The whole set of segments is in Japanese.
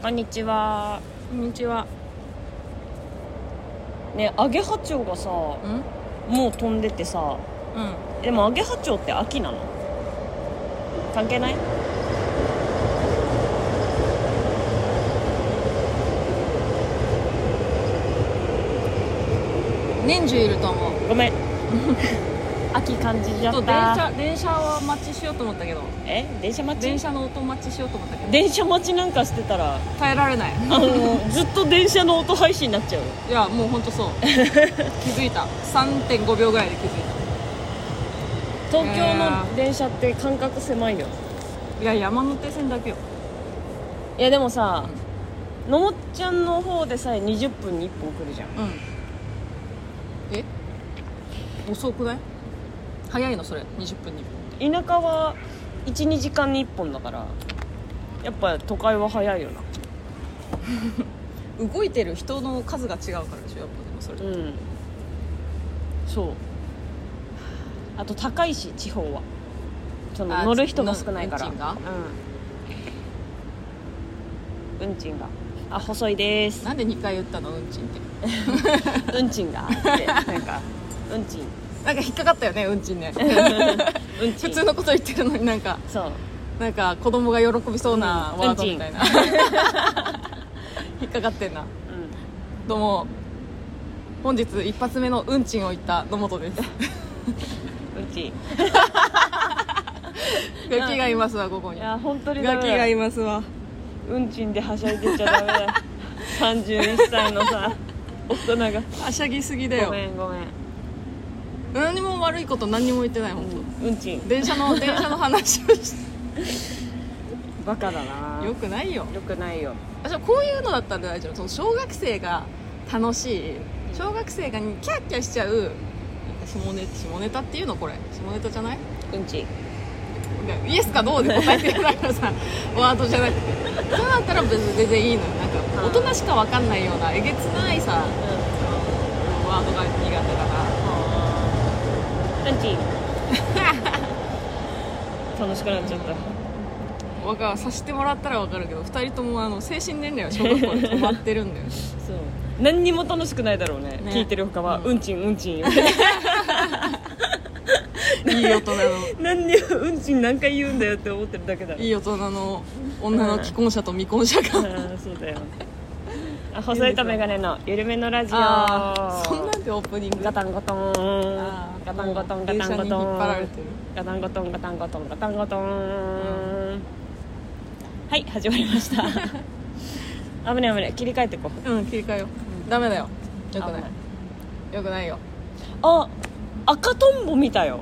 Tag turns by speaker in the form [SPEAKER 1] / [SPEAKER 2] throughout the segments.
[SPEAKER 1] こんにちは
[SPEAKER 2] こんにちは。
[SPEAKER 1] ねアゲハチョウがさも
[SPEAKER 2] うん。うん。
[SPEAKER 1] う飛んでてさでもアゲハチョウって秋なの関係ない
[SPEAKER 2] 年中いると思う。
[SPEAKER 1] ごめん 秋感じちゃ
[SPEAKER 2] ちょ
[SPEAKER 1] っ
[SPEAKER 2] っと電
[SPEAKER 1] た
[SPEAKER 2] 車、電車は待ちしようと思ったけど。
[SPEAKER 1] え電車待ち
[SPEAKER 2] 電車の音待ちしようと思ったけど。
[SPEAKER 1] 電車待ちなんかしてたら
[SPEAKER 2] 耐えられ ない。
[SPEAKER 1] あ のずっと電車の音配信になっちゃう
[SPEAKER 2] いや、もう本当 そう。気づいた。3.5秒ぐらいで気づい
[SPEAKER 1] 東京の電車って間隔狭いよ
[SPEAKER 2] た。いや、山手線だけよ。
[SPEAKER 1] いやでもさ、のもっちゃんの方でさえ20分に1本来るじゃん
[SPEAKER 2] うん。え。遅くない。早いの、それ。20分に。
[SPEAKER 1] 田舎は12時間に1本だからやっぱ都会は早いよな
[SPEAKER 2] 動いてる人の数が違うからでしょやっぱでもそれ
[SPEAKER 1] うんそうあと高いし地方はその
[SPEAKER 2] あ
[SPEAKER 1] 乗る人が少ないから
[SPEAKER 2] 運賃が
[SPEAKER 1] うん運賃があ細い です
[SPEAKER 2] なんで2回言ったの運賃って
[SPEAKER 1] 運賃がってなんか運賃
[SPEAKER 2] なんか引っかかったよね運 賃ね
[SPEAKER 1] 運賃
[SPEAKER 2] 普通のこと言ってるのになんか
[SPEAKER 1] そう
[SPEAKER 2] なんか子供が喜びそうな
[SPEAKER 1] うん
[SPEAKER 2] ワードみたいな、引っかかってんなどうも本日一発目の運賃を言った野本 です
[SPEAKER 1] うん運賃
[SPEAKER 2] ガキがいますわここ
[SPEAKER 1] い
[SPEAKER 2] にガ
[SPEAKER 1] や本当に
[SPEAKER 2] キ
[SPEAKER 1] ダメだ
[SPEAKER 2] がいますわ
[SPEAKER 1] 運賃ではしゃいでちゃダメだよ 31歳の さ大人が
[SPEAKER 2] はしゃぎすぎだ
[SPEAKER 1] ご
[SPEAKER 2] よ
[SPEAKER 1] めんごめん
[SPEAKER 2] 何も悪いこと何にも言ってない本当、
[SPEAKER 1] 運賃
[SPEAKER 2] 電車 の電車の話をし
[SPEAKER 1] バカだな
[SPEAKER 2] てよくないよ
[SPEAKER 1] よくないよ
[SPEAKER 2] 私はこういうのだったら大丈夫その小学生が楽しい小学生がキャッキャしちゃう下ネ下ネタっていうのこれ下ネタじゃない
[SPEAKER 1] 運賃
[SPEAKER 2] イエスかノーで答えてるからさワードじゃなくてそうだったら別に全然いいのよなんか大人しか分かんないようなえげつないさワードが苦手だか
[SPEAKER 1] うん運賃 楽しくなっちゃった
[SPEAKER 2] ら僕はさせてもらったら分かるけど2人ともあの精神年齢は小学校で止まってるんだよ
[SPEAKER 1] そう何にも楽しくないだろうね
[SPEAKER 2] ね
[SPEAKER 1] 聞いてる他は、
[SPEAKER 2] うん
[SPEAKER 1] うん、ちんうん ちんよ
[SPEAKER 2] いい大人
[SPEAKER 1] 何にもうんちん何回言うんだよって思ってるだけだろ
[SPEAKER 2] のいい大人の女の既婚者と未婚者が
[SPEAKER 1] あーそうだよあ細いとメガネの緩めのラジオ
[SPEAKER 2] ああそんなんでオープニング
[SPEAKER 1] ガタンゴトー
[SPEAKER 2] あ
[SPEAKER 1] ン
[SPEAKER 2] ー
[SPEAKER 1] ガタンゴト
[SPEAKER 2] も
[SPEAKER 1] ン
[SPEAKER 2] う
[SPEAKER 1] ガ
[SPEAKER 2] 電
[SPEAKER 1] タ
[SPEAKER 2] 車
[SPEAKER 1] ンゴ
[SPEAKER 2] に引
[SPEAKER 1] ト
[SPEAKER 2] っ張られ
[SPEAKER 1] ーン
[SPEAKER 2] てる
[SPEAKER 1] ガタンゴトンガタンゴトンガタンゴトーンはい始まりました 危ね危ね切り替えてこう
[SPEAKER 2] うん切り替えようダメだよよくな
[SPEAKER 1] 危な
[SPEAKER 2] い
[SPEAKER 1] い
[SPEAKER 2] よくないよ
[SPEAKER 1] あ赤とんぼ見たよ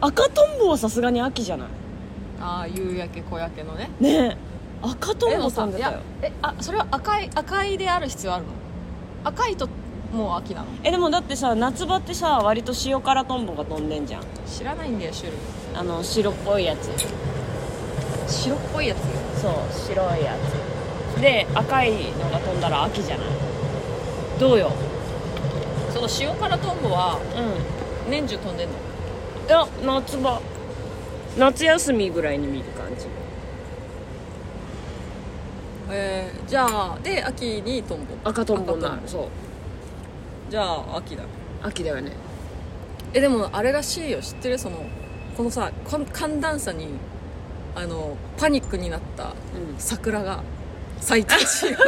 [SPEAKER 1] 赤とんぼはさすがに秋じゃない
[SPEAKER 2] ああ夕焼け小焼けのね
[SPEAKER 1] ねえ赤と
[SPEAKER 2] で
[SPEAKER 1] んぼ
[SPEAKER 2] も
[SPEAKER 1] 飛
[SPEAKER 2] さ
[SPEAKER 1] んで
[SPEAKER 2] い
[SPEAKER 1] た
[SPEAKER 2] や
[SPEAKER 1] よ
[SPEAKER 2] えあそれは赤い赤いである必要あるの赤いともう秋なの
[SPEAKER 1] えでもだってさ夏場ってさ割と塩辛とんぼが飛んでんじゃん
[SPEAKER 2] 知らないんだよ種類
[SPEAKER 1] あの白っぽいやつ
[SPEAKER 2] 白っぽいやつ
[SPEAKER 1] そう白いやつで赤いのが飛んだら秋じゃないどうよ
[SPEAKER 2] その塩辛トンボは
[SPEAKER 1] うん
[SPEAKER 2] 年中飛んでんの
[SPEAKER 1] いや夏場夏休みぐらいに見る感じ
[SPEAKER 2] えー、じゃあで秋にトンボ
[SPEAKER 1] 赤とんぼにな
[SPEAKER 2] 赤とん
[SPEAKER 1] るそう
[SPEAKER 2] じゃあ秋だ
[SPEAKER 1] 秋だよね
[SPEAKER 2] えでもあれらしいよ知ってるそのこのさこん寒暖差にあのパニックになった
[SPEAKER 1] うん
[SPEAKER 2] 桜が咲い たらしいよ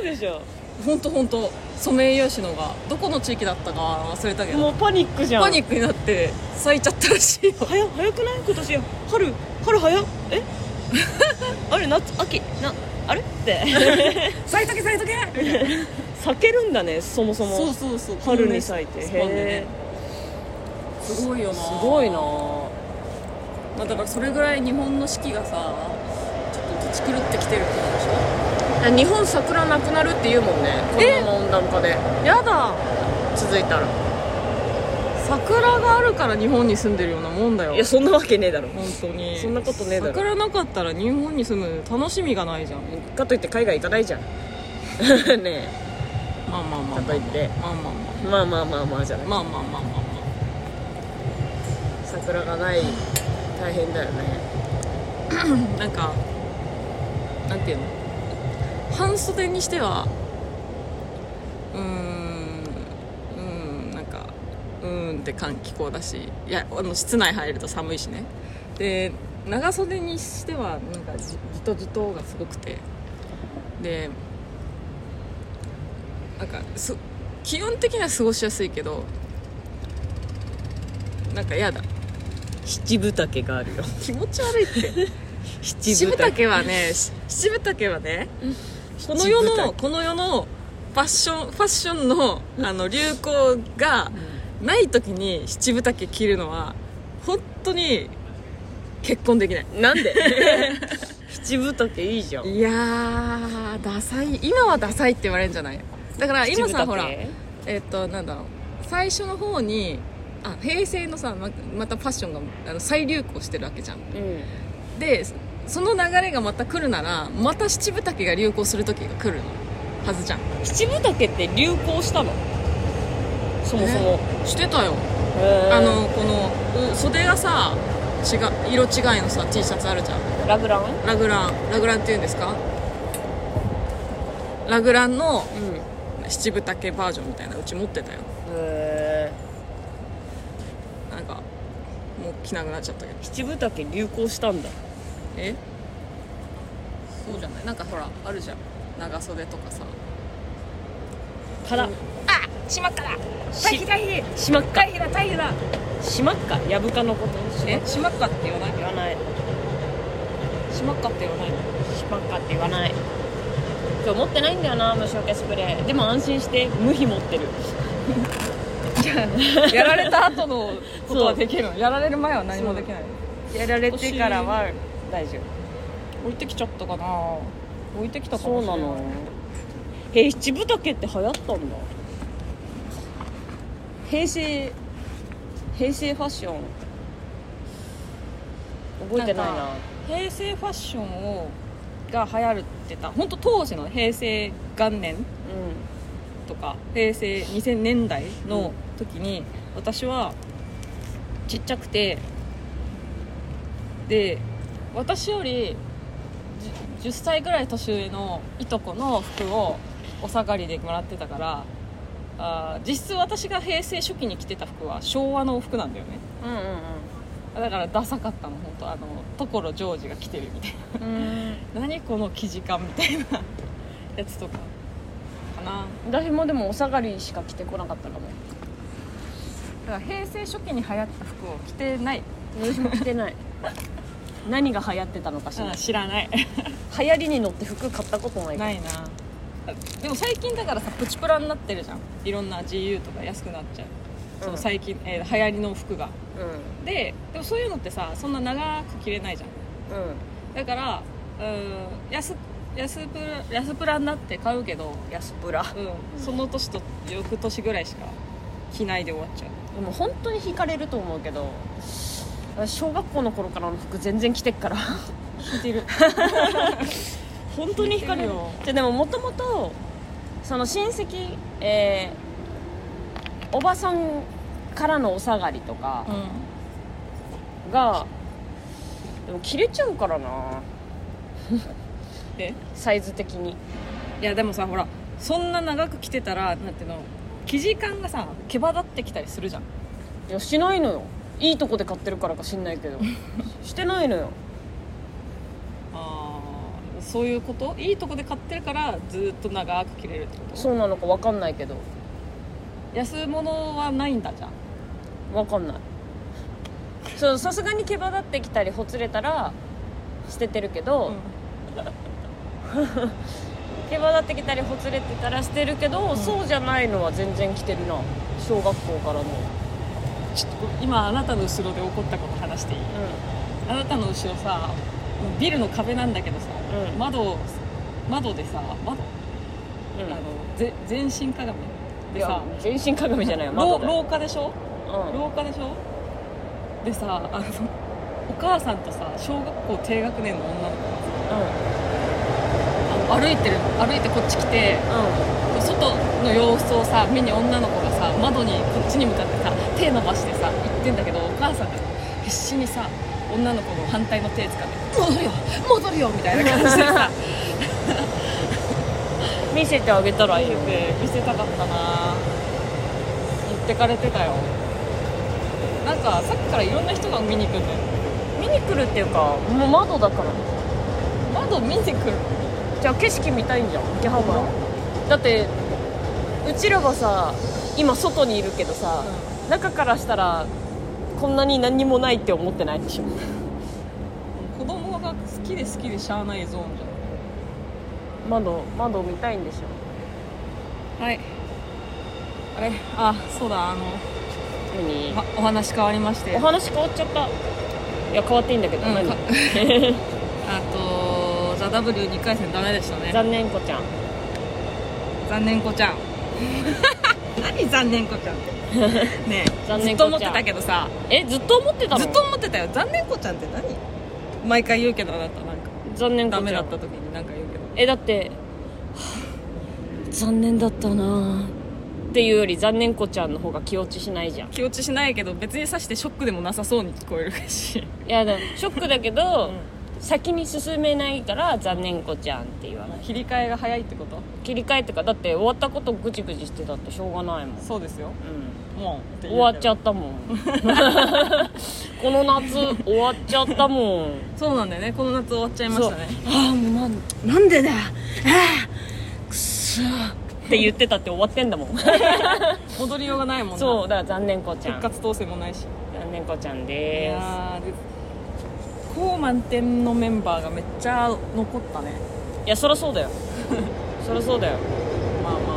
[SPEAKER 1] 嘘でしょ
[SPEAKER 2] ほんとほんとソメイヨシノがどこの地域だったか忘れたけど
[SPEAKER 1] もうパニックじゃん
[SPEAKER 2] パニックになって咲いちゃったらしいよ
[SPEAKER 1] 早早くない今年春春早っえ あれ夏秋なあれって
[SPEAKER 2] 咲いとけ咲いとけ
[SPEAKER 1] 避けるんだねそもそも
[SPEAKER 2] そうそうそう
[SPEAKER 1] 春に咲いて
[SPEAKER 2] このねスパンで
[SPEAKER 1] へ
[SPEAKER 2] ねすごいよ
[SPEAKER 1] え
[SPEAKER 2] な
[SPEAKER 1] すごいな
[SPEAKER 2] まあ、だからそれぐらい日本の四季がさちょっと土狂ってきてるってことでし
[SPEAKER 1] 日本桜なくなるって言うもんねこ
[SPEAKER 2] え
[SPEAKER 1] のまま温暖化で
[SPEAKER 2] ょやだ
[SPEAKER 1] 続いたら
[SPEAKER 2] 桜があるから日本に住んでるようなもんだよ
[SPEAKER 1] いやそんなわけねえだろ
[SPEAKER 2] 本当に
[SPEAKER 1] そんなことねえだろ
[SPEAKER 2] 桜なかったら日本に住む楽しみがないじゃん
[SPEAKER 1] かといって海外行かないじゃん ね
[SPEAKER 2] まあまあ
[SPEAKER 1] え
[SPEAKER 2] まあまあ
[SPEAKER 1] かといって
[SPEAKER 2] まあま
[SPEAKER 1] まあ
[SPEAKER 2] あ
[SPEAKER 1] まあまあまあじゃない
[SPEAKER 2] まあまあまあまあまあま
[SPEAKER 1] 桜がない大変だよね
[SPEAKER 2] あなんかなんていうの半袖にしてはうーんうーんなんかうーんって感気候だしいやあの室内入ると寒いしねで長袖にしてはなんかじじとじとがすごくてでなんかす気温的には過ごしやすいけどなんか嫌だ
[SPEAKER 1] 七分丈があるよ
[SPEAKER 2] 気持ち悪いって
[SPEAKER 1] 七
[SPEAKER 2] 七
[SPEAKER 1] 分
[SPEAKER 2] 分
[SPEAKER 1] 丈
[SPEAKER 2] 丈はねし七分丈はねこの世のこの世のファッションファッションのあの流行がない時に七分丈着るのは本当に結婚できない
[SPEAKER 1] なんで 七分丈いいじゃん
[SPEAKER 2] いやーダサい今はダサいって言われるんじゃないだから今さ
[SPEAKER 1] 七分丈
[SPEAKER 2] ほらえっとなんだろう最初の方にあ平成のさままたファッションがあの再流行してるわけじゃん
[SPEAKER 1] うん
[SPEAKER 2] でそその流れがまた来るならまた七分丈が流行する時が来るはずじゃん
[SPEAKER 1] 七分丈って流行したのそもそも、
[SPEAKER 2] してたよ
[SPEAKER 1] へー
[SPEAKER 2] あのこのう袖がさ違う色違いのさ T シャツあるじゃん
[SPEAKER 1] ラグラン
[SPEAKER 2] ラグランラグランっていうんですかラグラン
[SPEAKER 1] う
[SPEAKER 2] の
[SPEAKER 1] ん
[SPEAKER 2] 七分丈バージョンみたいなうち持ってたよ
[SPEAKER 1] へー
[SPEAKER 2] なんかもう着なくなっちゃったけど
[SPEAKER 1] 七分丈流行したんだ
[SPEAKER 2] えそうじゃないなんかほらあるじゃん長袖とかさ
[SPEAKER 1] から
[SPEAKER 2] あしまっかだ
[SPEAKER 1] 退避
[SPEAKER 2] 退避
[SPEAKER 1] しまっか
[SPEAKER 2] 避だ退避だ
[SPEAKER 1] しまっかやぶかのことしまっ
[SPEAKER 2] えしまっかって言わない
[SPEAKER 1] 言わない
[SPEAKER 2] しまっかって言わないの
[SPEAKER 1] しまっかって言わない今日持ってないんだよな虫除けスプレーでも安心して無比持ってる
[SPEAKER 2] やられた後のことは
[SPEAKER 1] そう
[SPEAKER 2] できるのやられる前は何もできない
[SPEAKER 1] やられてからは大丈
[SPEAKER 2] 置いてきちゃったかな置いてき
[SPEAKER 1] 夫
[SPEAKER 2] たか
[SPEAKER 1] そ
[SPEAKER 2] も
[SPEAKER 1] う
[SPEAKER 2] しれ
[SPEAKER 1] な
[SPEAKER 2] ない
[SPEAKER 1] のえ七分丈って流行ったんだ平成平成ファッション覚えてないな
[SPEAKER 2] なんか平成ファッションをが流行るってた本当当時の平成元年とか平成2000年代の時に、私はちっちゃくてで私よりじ 10, 歳ぐらい年上のいとこの服をお下がりでもらってたからあー実質私が平成初期に着てた服は昭和の服なんだよね
[SPEAKER 1] うんうん
[SPEAKER 2] だからダサかったの本当あの所ジョージが着てるみたい
[SPEAKER 1] うんうん
[SPEAKER 2] な何この生地感みたいなやつとかかな
[SPEAKER 1] 私もでもお下がりしか着てこなかったかも
[SPEAKER 2] だから平成初期に流行った服を着てない
[SPEAKER 1] 私も着てない何が流行ってたのかしら、
[SPEAKER 2] 知らない
[SPEAKER 1] 流行りに乗って服買ったことないから
[SPEAKER 2] ないなでも最近だからさプチプラになってるじゃんいろんな GU とか安くなっちゃう、その最近、えー流行りの服がででもそういうのってさそんな長く着れないじゃん
[SPEAKER 1] うんうん
[SPEAKER 2] だからうーん安安プラ安プラになって買うけど、
[SPEAKER 1] 安プラ
[SPEAKER 2] うん、その年と翌年ぐらいしか着ないで終わっちゃう
[SPEAKER 1] でも本当に惹かれると思うけど私小学校の頃からの服全然着てっから
[SPEAKER 2] 聞いてる
[SPEAKER 1] 本当に惹かれる
[SPEAKER 2] 着てるよ
[SPEAKER 1] ででももともとその親戚えーおばさんからのお下がりとか
[SPEAKER 2] うん
[SPEAKER 1] が、でも着れちゃうからな
[SPEAKER 2] で
[SPEAKER 1] サイズ的に
[SPEAKER 2] いやでもさほらそんな長く着てたらなんていうの生地感がさ毛羽立ってきたりするじゃん
[SPEAKER 1] いやしないのよいいとこで買ってるからか知んない けどしてないのよ
[SPEAKER 2] あーそういうこといいとこで買ってるからずっと長く着れるってこと
[SPEAKER 1] そうなのか分かんないけど
[SPEAKER 2] 安物はないんだじゃん
[SPEAKER 1] 分かんないそうさすがに毛羽立ってきたりほつれたら捨ててるけど、 毛羽立ってきたりほつれてたら捨てるけど、
[SPEAKER 2] ん
[SPEAKER 1] そうじゃないのは全然着てるな小学校からのうん
[SPEAKER 2] ちょっと今あなたの後ろで起こったこと話していいあなたの後ろさビルの壁なんだけどさ、
[SPEAKER 1] うん
[SPEAKER 2] 窓窓でさ
[SPEAKER 1] うん
[SPEAKER 2] 窓、あのぜ全身鏡
[SPEAKER 1] い
[SPEAKER 2] で
[SPEAKER 1] や
[SPEAKER 2] さ
[SPEAKER 1] 全身鏡じゃないよ
[SPEAKER 2] 廊
[SPEAKER 1] 窓で
[SPEAKER 2] 廊下でしょ
[SPEAKER 1] うん
[SPEAKER 2] 廊下でしょでさあのお母さんとさ小学校低学年の女の子がさあの歩いてる歩いてこっち来て外の様子をさ目に女の子がさ窓にこっちに向かってさ手伸ばしてさ行ってんだけどお母さんが必死にさ女の子の反対の手使って「戻るよ戻るよ」みたいな感じでさ
[SPEAKER 1] 見せてあげたらいい
[SPEAKER 2] 見
[SPEAKER 1] の
[SPEAKER 2] せ
[SPEAKER 1] に
[SPEAKER 2] て見せたかったな持ってかれてたよなんかさっきからいろんな人が見に来るんだよ
[SPEAKER 1] 見に来るっていうかもう窓だから
[SPEAKER 2] 窓見に来る
[SPEAKER 1] じゃあ景色見たいんじゃん秋葉原だってうちらはさ今外にいるけどさ、中からしたらこんなに何にもないって思ってないでしょ
[SPEAKER 2] 子供が好きで好きでしゃあないゾーンじ
[SPEAKER 1] 窓窓見たいんでしょ
[SPEAKER 2] ゃんはいあれあそうだあの、
[SPEAKER 1] 何、
[SPEAKER 2] まお話変わりまして
[SPEAKER 1] お話変わっちゃったいや変わっていいんだけど、
[SPEAKER 2] うん
[SPEAKER 1] 何
[SPEAKER 2] か あとザ・ W2 回戦ダメでしたね
[SPEAKER 1] 残念子ちゃん
[SPEAKER 2] 残念子 ちゃん何残念子ちゃんってねえ
[SPEAKER 1] 残
[SPEAKER 2] ず
[SPEAKER 1] 念
[SPEAKER 2] っ
[SPEAKER 1] 子ち
[SPEAKER 2] と
[SPEAKER 1] ゃん
[SPEAKER 2] 思ってたけどさ
[SPEAKER 1] えずっと思ってたの
[SPEAKER 2] ずっと思ってたよ残念子ちゃんって何毎回言うけどあなたなんか
[SPEAKER 1] 残念子ちゃ
[SPEAKER 2] ダ
[SPEAKER 1] ん
[SPEAKER 2] メだった時になんか言うけど
[SPEAKER 1] えだってはあ残念だったなあっていうより残念子ちゃんの方が気落ちしないじゃんい
[SPEAKER 2] 気落ちしないけど別にさしてショックでもなさそうに聞こえるし
[SPEAKER 1] やでもショックだけど、先に進めないから残念子ちゃんって言わない
[SPEAKER 2] 切り替えが早いってこと
[SPEAKER 1] 切り替えとかだって終わったことぐちぐちしてたってしょうがないもん、うん、
[SPEAKER 2] そうですよもう
[SPEAKER 1] 終わっちゃ
[SPEAKER 2] う
[SPEAKER 1] った もんこの夏終わっちゃったもん
[SPEAKER 2] そうなんだよねこの夏終わっちゃいましたね
[SPEAKER 1] そうああもうなんなんでだよああくっそーって言ってたって終わってんだもん
[SPEAKER 2] 戻りようがないもんな
[SPEAKER 1] そうだから残念子ちゃん
[SPEAKER 2] 復活当選もないし
[SPEAKER 1] 残念子ちゃん
[SPEAKER 2] い
[SPEAKER 1] で
[SPEAKER 2] やーで高満点のメンバーがめっちゃ残ったね
[SPEAKER 1] すいやそりゃそうだよ そりゃそうだよ
[SPEAKER 2] まあまあ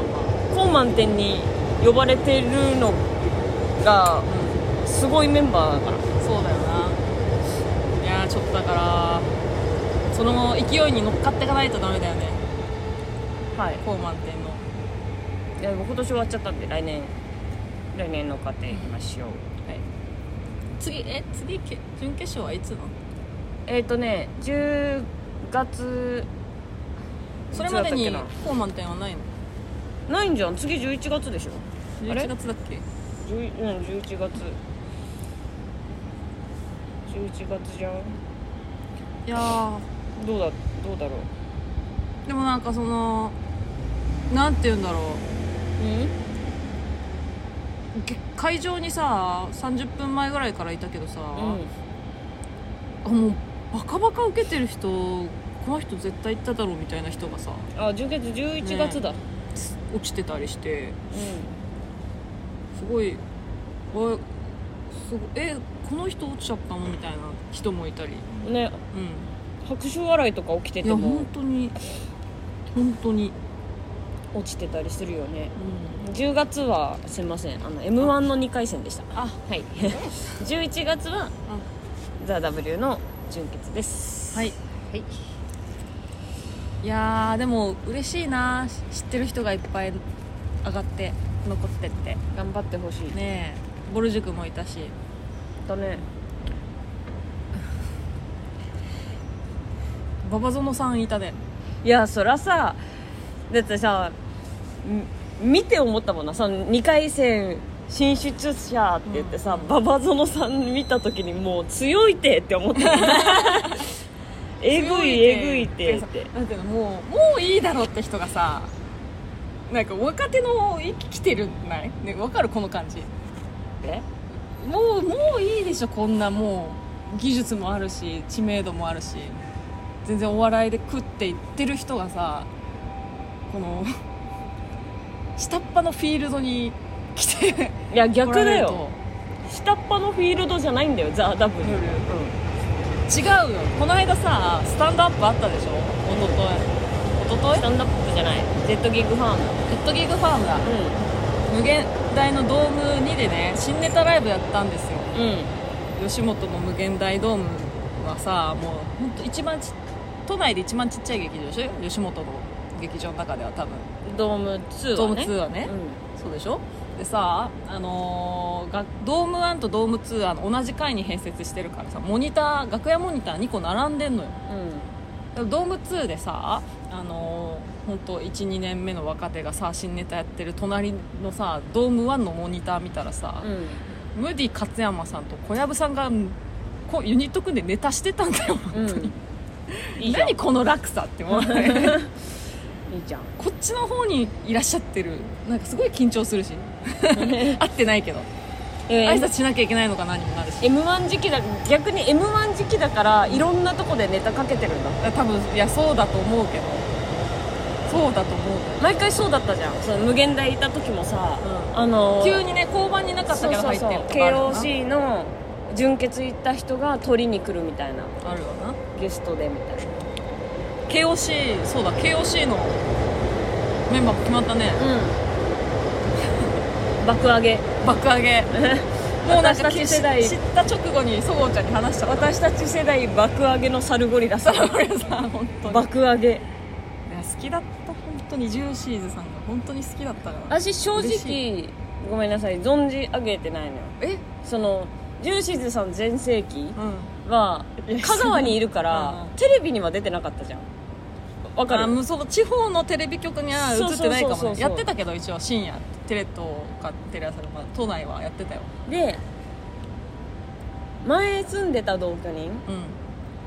[SPEAKER 2] ま
[SPEAKER 1] 高満点に呼ばれてるのが
[SPEAKER 2] あ、うん
[SPEAKER 1] すごいメンバーだから
[SPEAKER 2] そうだよないやーちょっとだからその勢いに乗っかっていかないとダメだよね
[SPEAKER 1] はい
[SPEAKER 2] 高満点の
[SPEAKER 1] いや今年終わっちゃったんで来年来年の家庭行きましょう
[SPEAKER 2] 次え次け準決勝はいつなの
[SPEAKER 1] えっ、ー、とね10月
[SPEAKER 2] それまでに
[SPEAKER 1] いつだったっ
[SPEAKER 2] 高満点はないの
[SPEAKER 1] けなないんじゃん次11月でしょあれ
[SPEAKER 2] 11月だっけ
[SPEAKER 1] 11うん11月11月じゃん
[SPEAKER 2] いやー
[SPEAKER 1] どうだどうだろう
[SPEAKER 2] でもなんかそのなんて言うんだろ
[SPEAKER 1] う
[SPEAKER 2] うげ会場にさ30分前ぐらいからいたけどさ、
[SPEAKER 1] うん
[SPEAKER 2] あもうバカバカ受けてる人この人絶対行っただろうみたいな人がさ
[SPEAKER 1] あ10月11月だ、
[SPEAKER 2] 落ちてたりしてすごいおすごえこの人落ちちゃったのみたいな人もいたり
[SPEAKER 1] うんね
[SPEAKER 2] う
[SPEAKER 1] 拍手笑いとか起きて
[SPEAKER 2] んい
[SPEAKER 1] て
[SPEAKER 2] や
[SPEAKER 1] も
[SPEAKER 2] 本当に本当に、
[SPEAKER 1] 落ちてたりするよね10月はすいませんあの m 1の2回戦でした
[SPEAKER 2] あ
[SPEAKER 1] はい11月は「ザ・ w の準決です
[SPEAKER 2] はい
[SPEAKER 1] はい
[SPEAKER 2] いやーでも嬉しいな知ってる人がいっぱい上がって残ってって
[SPEAKER 1] 頑張ってほしいね
[SPEAKER 2] ねえぼる塾もいたし
[SPEAKER 1] だね
[SPEAKER 2] 馬場園さんいたね
[SPEAKER 1] いやそらさだってさん見て思ったもんなその2回戦進出者って言ってさ、馬場園さん見た時にもう強いてって思ったもんえぐいえぐいてって
[SPEAKER 2] なんていうのもうもういいだろうって人がさなんか若手の生きてるないねわかるこの感じ
[SPEAKER 1] え
[SPEAKER 2] もうもういいでしょこんなもう技術もあるし知名度もあるし全然お笑いで食っていってる人がさこの 下っ端のフィールドに来て
[SPEAKER 1] いや逆
[SPEAKER 2] おら
[SPEAKER 1] だ
[SPEAKER 2] れる
[SPEAKER 1] よ
[SPEAKER 2] と
[SPEAKER 1] 下っ端のフィールドじゃないんだよザ・ダブル、
[SPEAKER 2] ルール
[SPEAKER 1] う
[SPEAKER 2] 違うよこの間さスタンドアップあったでしょ
[SPEAKER 1] ん、ス
[SPEAKER 2] おとといおととい
[SPEAKER 1] タンダップじゃないジェットギグファーム
[SPEAKER 2] ヘッドギグファームだ無限大のドーム2でね新ネタライブやったんですよ
[SPEAKER 1] うんうん
[SPEAKER 2] 吉本の無限大ドームはさもう本当一番ち都内で一番ちっちゃい劇場でしょ吉本の劇場の中では多分
[SPEAKER 1] ドーム2は
[SPEAKER 2] ドーム
[SPEAKER 1] ね
[SPEAKER 2] 2はね、そうでしょでさあのーがドーム1とドーム2は同じ階に併設してるからさモニター楽屋モニター2個並んでんのよ
[SPEAKER 1] うん、うん
[SPEAKER 2] でもドーム2でさあのー、本当12年目の若手がさ新ネタやってる隣のさドーム1のモニター見たらさ、
[SPEAKER 1] うん
[SPEAKER 2] ムーディ勝山さんと小籔さんがこうユニット組んでネタしてたんだよ、
[SPEAKER 1] うん、いいじゃん
[SPEAKER 2] 何この落差って思って
[SPEAKER 1] いいじゃん
[SPEAKER 2] こっちの方にいらっしゃってるなんかすごい緊張する し会ってないけど
[SPEAKER 1] え
[SPEAKER 2] 挨拶しなきゃいけないのかなにもなるし
[SPEAKER 1] m 1時期だ逆に m 1時期だからいろんなとこでネタかけてるんだ
[SPEAKER 2] 多分いやそうだと思うけどそうだと思うけど
[SPEAKER 1] 毎回そうだったじゃんその無限大いた時もさ、
[SPEAKER 2] うん
[SPEAKER 1] あの
[SPEAKER 2] 急にね交番になかった
[SPEAKER 1] そう
[SPEAKER 2] けど
[SPEAKER 1] そう
[SPEAKER 2] 入って
[SPEAKER 1] そう
[SPEAKER 2] るとかあるよな
[SPEAKER 1] KOC の純血行った人が取りに来るみたいな
[SPEAKER 2] あるよな
[SPEAKER 1] ゲストでみたいな
[SPEAKER 2] KOC そうだ KOC のメンバーも決まったね
[SPEAKER 1] うん爆上げ
[SPEAKER 2] 爆上げ もうなん
[SPEAKER 1] 私
[SPEAKER 2] か
[SPEAKER 1] た
[SPEAKER 2] 知
[SPEAKER 1] ち
[SPEAKER 2] っ
[SPEAKER 1] 世代
[SPEAKER 2] た直後にそごうちゃんに話した
[SPEAKER 1] 私たち世代爆上げのサルゴリラさん
[SPEAKER 2] さ俺さ本当に
[SPEAKER 1] 爆上げ
[SPEAKER 2] いや好きだった本当にジューシーズさんが本当に好きだったから
[SPEAKER 1] 私正
[SPEAKER 2] 嬉
[SPEAKER 1] 直ごめんなさい存じ上げてないのよ
[SPEAKER 2] え
[SPEAKER 1] そのジューシーズさん全盛期
[SPEAKER 2] うん
[SPEAKER 1] は香川にいるか
[SPEAKER 2] う
[SPEAKER 1] ら
[SPEAKER 2] ん
[SPEAKER 1] テレビには出てなかったじゃんわか
[SPEAKER 2] あも
[SPEAKER 1] る
[SPEAKER 2] うそう地方のテレビ局には映ってないか
[SPEAKER 1] そうそうそ
[SPEAKER 2] も
[SPEAKER 1] う
[SPEAKER 2] ね
[SPEAKER 1] そう
[SPEAKER 2] やってたけど一応深夜テレ東かテレ朝か都内はやってたよ
[SPEAKER 1] で前住んでた同居人
[SPEAKER 2] うん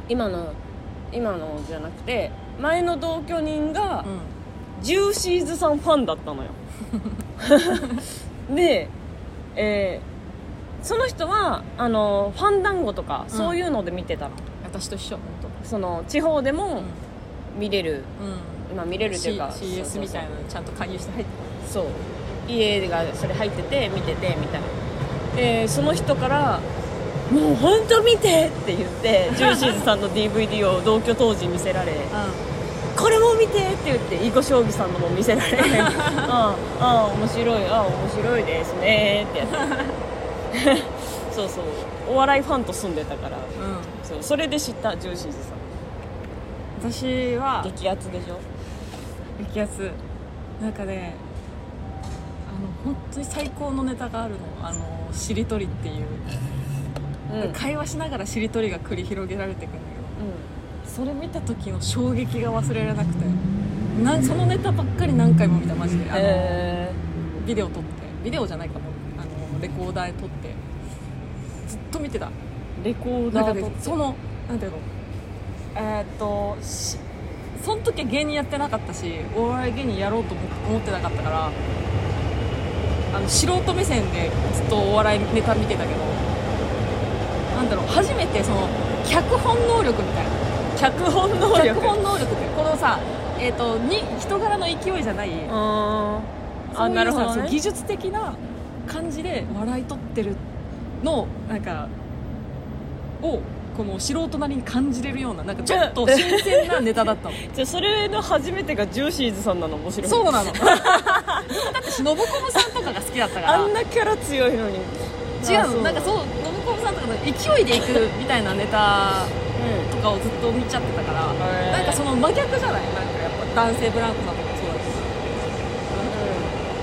[SPEAKER 1] 今の今のじゃなくて前の同居人が
[SPEAKER 2] うん
[SPEAKER 1] ジューシーズさんファンだったのよで、えーその人はあのファン団子とか
[SPEAKER 2] うん
[SPEAKER 1] そういうので見てたの、
[SPEAKER 2] 私と一緒本
[SPEAKER 1] その地方でも見れる、
[SPEAKER 2] 当うん
[SPEAKER 1] まあ見れるという
[SPEAKER 2] C-
[SPEAKER 1] か
[SPEAKER 2] CS みたい
[SPEAKER 1] な
[SPEAKER 2] なのちゃんと加入して入って
[SPEAKER 1] そう家がそれ入ってて見ててみたいなでその人から「もう本当見て!」って言ってジューシーズさんの DVD を同居当時見せられ
[SPEAKER 2] た
[SPEAKER 1] これも見てって言って囲碁将棋さんのも見せら れああああ面白いああ面白いですねってやって そうそうお笑いファンと住んでたから
[SPEAKER 2] うん、うん、
[SPEAKER 1] そうそれで知ったジューシーズさ
[SPEAKER 2] 私は
[SPEAKER 1] ん激アツでしょ
[SPEAKER 2] 激アツなんかねあの本当に最高のネタがあるのあのしりとりっていう、
[SPEAKER 1] うん、うん、
[SPEAKER 2] 会話しながらしりとりが繰り広げられていくんだけどそれ見た時の衝撃が忘れられなくてなんそのネタばっかり何回も見たマジであの、
[SPEAKER 1] え
[SPEAKER 2] ビデオ撮ってビデオじゃないかもあのレコーダーで撮ってずっと見てた
[SPEAKER 1] ー、レコー
[SPEAKER 2] なん
[SPEAKER 1] ダ
[SPEAKER 2] か
[SPEAKER 1] ー
[SPEAKER 2] ね
[SPEAKER 1] と
[SPEAKER 2] そのなんていうのえーっとしその時芸人やってなかったしお笑い芸人やろうと思思ってなかったからあの素人目線でずっとお笑いネタ見てたけどなんだろう初めてその脚本能力みたいな
[SPEAKER 1] 脚本能
[SPEAKER 2] 脚
[SPEAKER 1] 力
[SPEAKER 2] 本能力ってこのさ、えーっとに人柄の勢いじゃない、
[SPEAKER 1] あー
[SPEAKER 2] そう
[SPEAKER 1] あ
[SPEAKER 2] いう
[SPEAKER 1] なるほ
[SPEAKER 2] さ
[SPEAKER 1] ど
[SPEAKER 2] その
[SPEAKER 1] ね
[SPEAKER 2] 技術的な感じで笑い取ってるのをなんかをこの素人なりに感じれるようななんかちょっと新鮮なネタだったの
[SPEAKER 1] じゃあそれの初めてがジューシーズさんなの面白い
[SPEAKER 2] そう なのだってしのぶこむさんとかが好きだったから
[SPEAKER 1] あんなキャラ強いのに違
[SPEAKER 2] 違うのなんかそうのぶこむさんとかの勢いでいくみたいなネタ
[SPEAKER 1] う
[SPEAKER 2] とかをずっと見ちゃってたから
[SPEAKER 1] へー
[SPEAKER 2] なんかその真逆じゃないなんかやっぱ男性ブランコさんとかもそうだ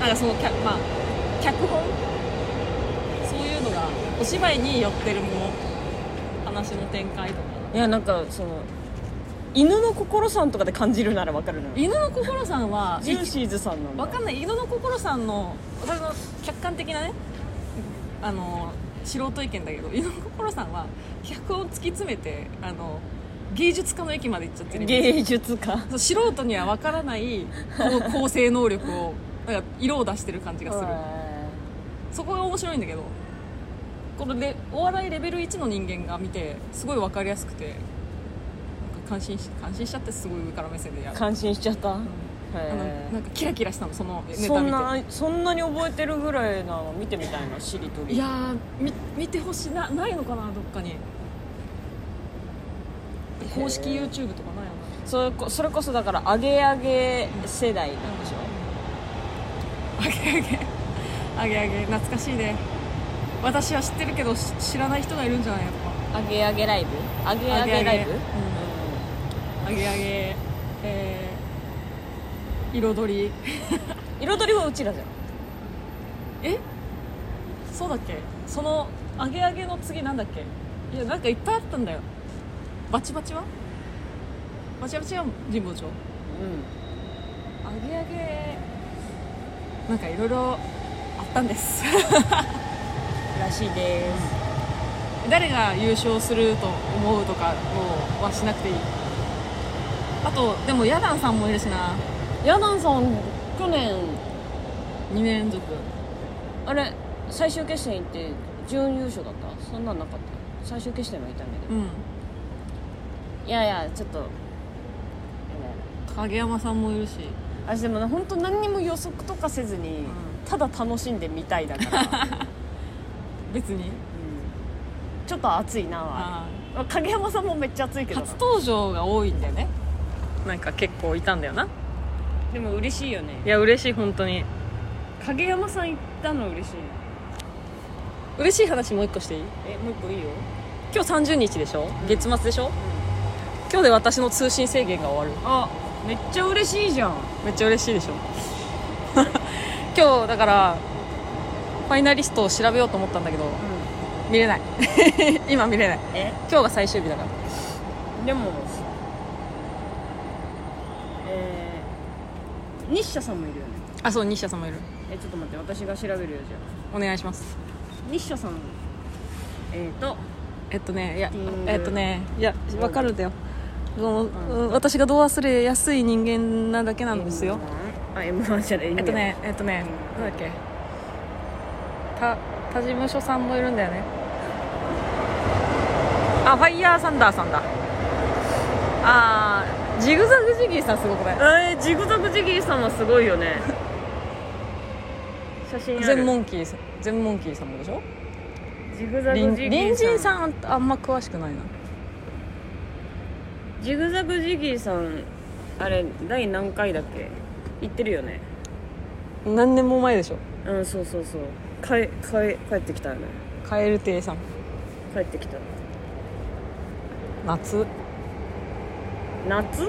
[SPEAKER 2] けどなんかその脚,、まあ、脚本そういうのがお芝居に寄ってるもの話の展開とか
[SPEAKER 1] んいやなんかその犬の心さんとかで感じるならわかるのよ
[SPEAKER 2] 犬の心さんは
[SPEAKER 1] ジューシーズさんなの
[SPEAKER 2] わかんない犬の心さんの私の客観的なねあの素人意見だけど犬の心さんは脚本突き詰めてあの芸術家の域まで行っちゃってる
[SPEAKER 1] 芸術家
[SPEAKER 2] そう素人には分からないこの構成能力を なんか色を出してる感じがするそこが面白いんだけどこれでお笑いレベル1の人間が見てすごい分かりやすくてなんか感心し感心しちゃってすごい上から目線でやる、
[SPEAKER 1] 感心しちゃった
[SPEAKER 2] あのなんかキラキラしたのそのネタ見て
[SPEAKER 1] そんなそんなに覚えてるぐらいなの見てみたいなしりとり
[SPEAKER 2] いやーみ見てほしいなないのかなどっかに公式 YouTube とかないよ
[SPEAKER 1] それこそれこそだからアゲアゲ世代なんでしょ
[SPEAKER 2] なあげあげあげあげ懐かしいね私は知ってるけどし知らない人がいるんじゃないやっ
[SPEAKER 1] アゲアゲライブアゲ
[SPEAKER 2] ぱ
[SPEAKER 1] アゲライブ
[SPEAKER 2] うんあげあげえー、彩り
[SPEAKER 1] 彩りはうちらじゃん
[SPEAKER 2] えそうだっけそのあげあげの次なんだっけいやなんかいっぱいあったんだよバチバチはバチバチは神保町あげあげなんかいろいろあったんです
[SPEAKER 1] らしいです
[SPEAKER 2] 誰が優勝すると思うとかもうはしなくていいあとでもヤダンさんもいるしな
[SPEAKER 1] ヤダンさん去年
[SPEAKER 2] 2年連続
[SPEAKER 1] あれ最終決戦行って準優勝だったそんなんなかった最終決戦はいたんだけど、
[SPEAKER 2] うん
[SPEAKER 1] いやいやちょっと
[SPEAKER 2] 影山さんもいるし
[SPEAKER 1] 私でもね本当何にも予測とかせずに、
[SPEAKER 2] ん
[SPEAKER 1] ただ楽しんでみたいだ から、うん
[SPEAKER 2] 別に
[SPEAKER 1] ちょっと暑いな
[SPEAKER 2] あ
[SPEAKER 1] あれ影山さんもめっちゃ暑いけ
[SPEAKER 2] ー
[SPEAKER 1] どな
[SPEAKER 2] 初登場が多いんだよねなんか結構いたんだよな
[SPEAKER 1] でも嬉しいよね
[SPEAKER 2] いや嬉しい本当に
[SPEAKER 1] 影山さん行ったの嬉しい
[SPEAKER 2] 嬉しい話もう一個していい
[SPEAKER 1] えもう一個いいよ
[SPEAKER 2] 今日30日でしょ月末でしょ、今日で私の通信制限が終わ
[SPEAKER 1] あめっちゃ嬉しいじゃん
[SPEAKER 2] るめっちゃ嬉しいでしょ 今日だからファイナリストを調べようと思ったんだけど見れない 今見れない
[SPEAKER 1] え
[SPEAKER 2] 今日が最終日だから
[SPEAKER 1] でもえー、日社さんもいるよね
[SPEAKER 2] あそう西田さんもいる
[SPEAKER 1] えちょっと待って私が調べるよじゃ
[SPEAKER 2] お願いします
[SPEAKER 1] あ日社さんえっ、と
[SPEAKER 2] えっとねいや
[SPEAKER 1] ティーン
[SPEAKER 2] えっとねいやわかるんだよその
[SPEAKER 1] ん
[SPEAKER 2] うん私がどう忘れやすい人間なだけなんですよ
[SPEAKER 1] M1 あ M1 じゃない
[SPEAKER 2] えっとねえっとねなんだっけた他事務所さんもいるんだよねあファイヤーサンダーさんだあージグザグジギーさんすごくない
[SPEAKER 1] えー、ジグザグジギーさんはすごいよ ね写真ある
[SPEAKER 2] 全モンキーさん全モンキーさんもでしょ
[SPEAKER 1] ジグザグジギ
[SPEAKER 2] 隣
[SPEAKER 1] ーさん
[SPEAKER 2] 隣人さんあんま詳しくないな
[SPEAKER 1] ジグザグジギーさんあれ第何回だっけ行ってるよね
[SPEAKER 2] 何年も前でしょ
[SPEAKER 1] うんそうそうそう帰帰帰ってきたよね
[SPEAKER 2] カエル亭さん
[SPEAKER 1] 帰ってきた
[SPEAKER 2] 夏
[SPEAKER 1] 夏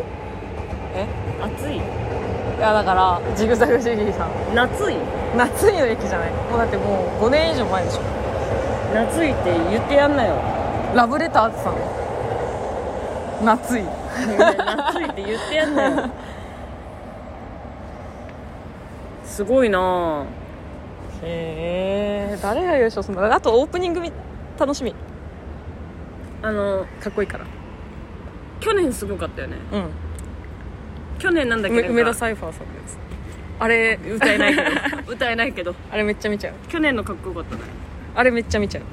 [SPEAKER 2] え
[SPEAKER 1] 暑い
[SPEAKER 2] いやだからジグザグジギーさん
[SPEAKER 1] 夏い
[SPEAKER 2] 夏にの駅じゃないもうだってもう5年以上前でしょ
[SPEAKER 1] 夏いって言ってやんなよ
[SPEAKER 2] ラブレターズさん夏い
[SPEAKER 1] 夏いって言ってやんなよすごいなあ
[SPEAKER 2] へえ誰が優勝するのあとオープニングみ楽しみ
[SPEAKER 1] あの
[SPEAKER 2] かっこいいから
[SPEAKER 1] 去年すごかったよね
[SPEAKER 2] うん
[SPEAKER 1] 去年なんだっけ
[SPEAKER 2] 梅
[SPEAKER 1] ど
[SPEAKER 2] 梅田サイファーさんのやつあれ
[SPEAKER 1] 歌えないけど 歌えないけど
[SPEAKER 2] あれめっちゃ見ちゃう
[SPEAKER 1] 去年のかっこよかったね
[SPEAKER 2] あれめっちゃ見ちゃう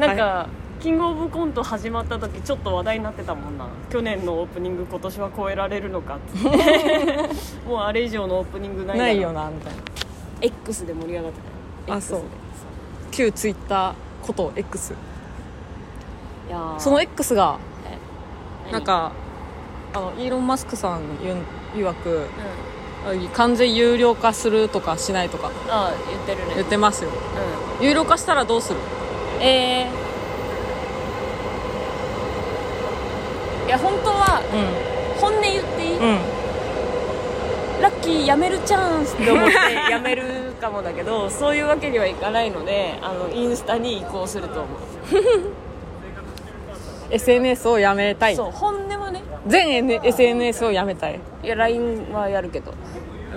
[SPEAKER 1] なんか、キングオブコント始まった時ちょっと話題になってたもんな去年のオープニング今年は超えられるの かっつってもうあれ以上のオープニングないだろ
[SPEAKER 2] ないよなみたいな
[SPEAKER 1] X で盛り上がってた
[SPEAKER 2] あ
[SPEAKER 1] X で
[SPEAKER 2] そう旧ツイッターこと X
[SPEAKER 1] いやー
[SPEAKER 2] その X が
[SPEAKER 1] 何
[SPEAKER 2] なんかあのイーロン・マスクさん言う曰く
[SPEAKER 1] うん
[SPEAKER 2] 完全有料化するとかしないとか
[SPEAKER 1] あー言ってるね
[SPEAKER 2] 言ってますよ有料化したらどうする
[SPEAKER 1] うんえーいや本当は
[SPEAKER 2] う
[SPEAKER 1] 本音言っていい、
[SPEAKER 2] んうん
[SPEAKER 1] ラッキーやめるチャンスって思ってやめるかもだけど そういうわけにはいかないのであのインスタに移行すると思う
[SPEAKER 2] SNS をやめたい
[SPEAKER 1] そう本音はね
[SPEAKER 2] 全 N SNS をやめたい
[SPEAKER 1] いや LINE はやるけど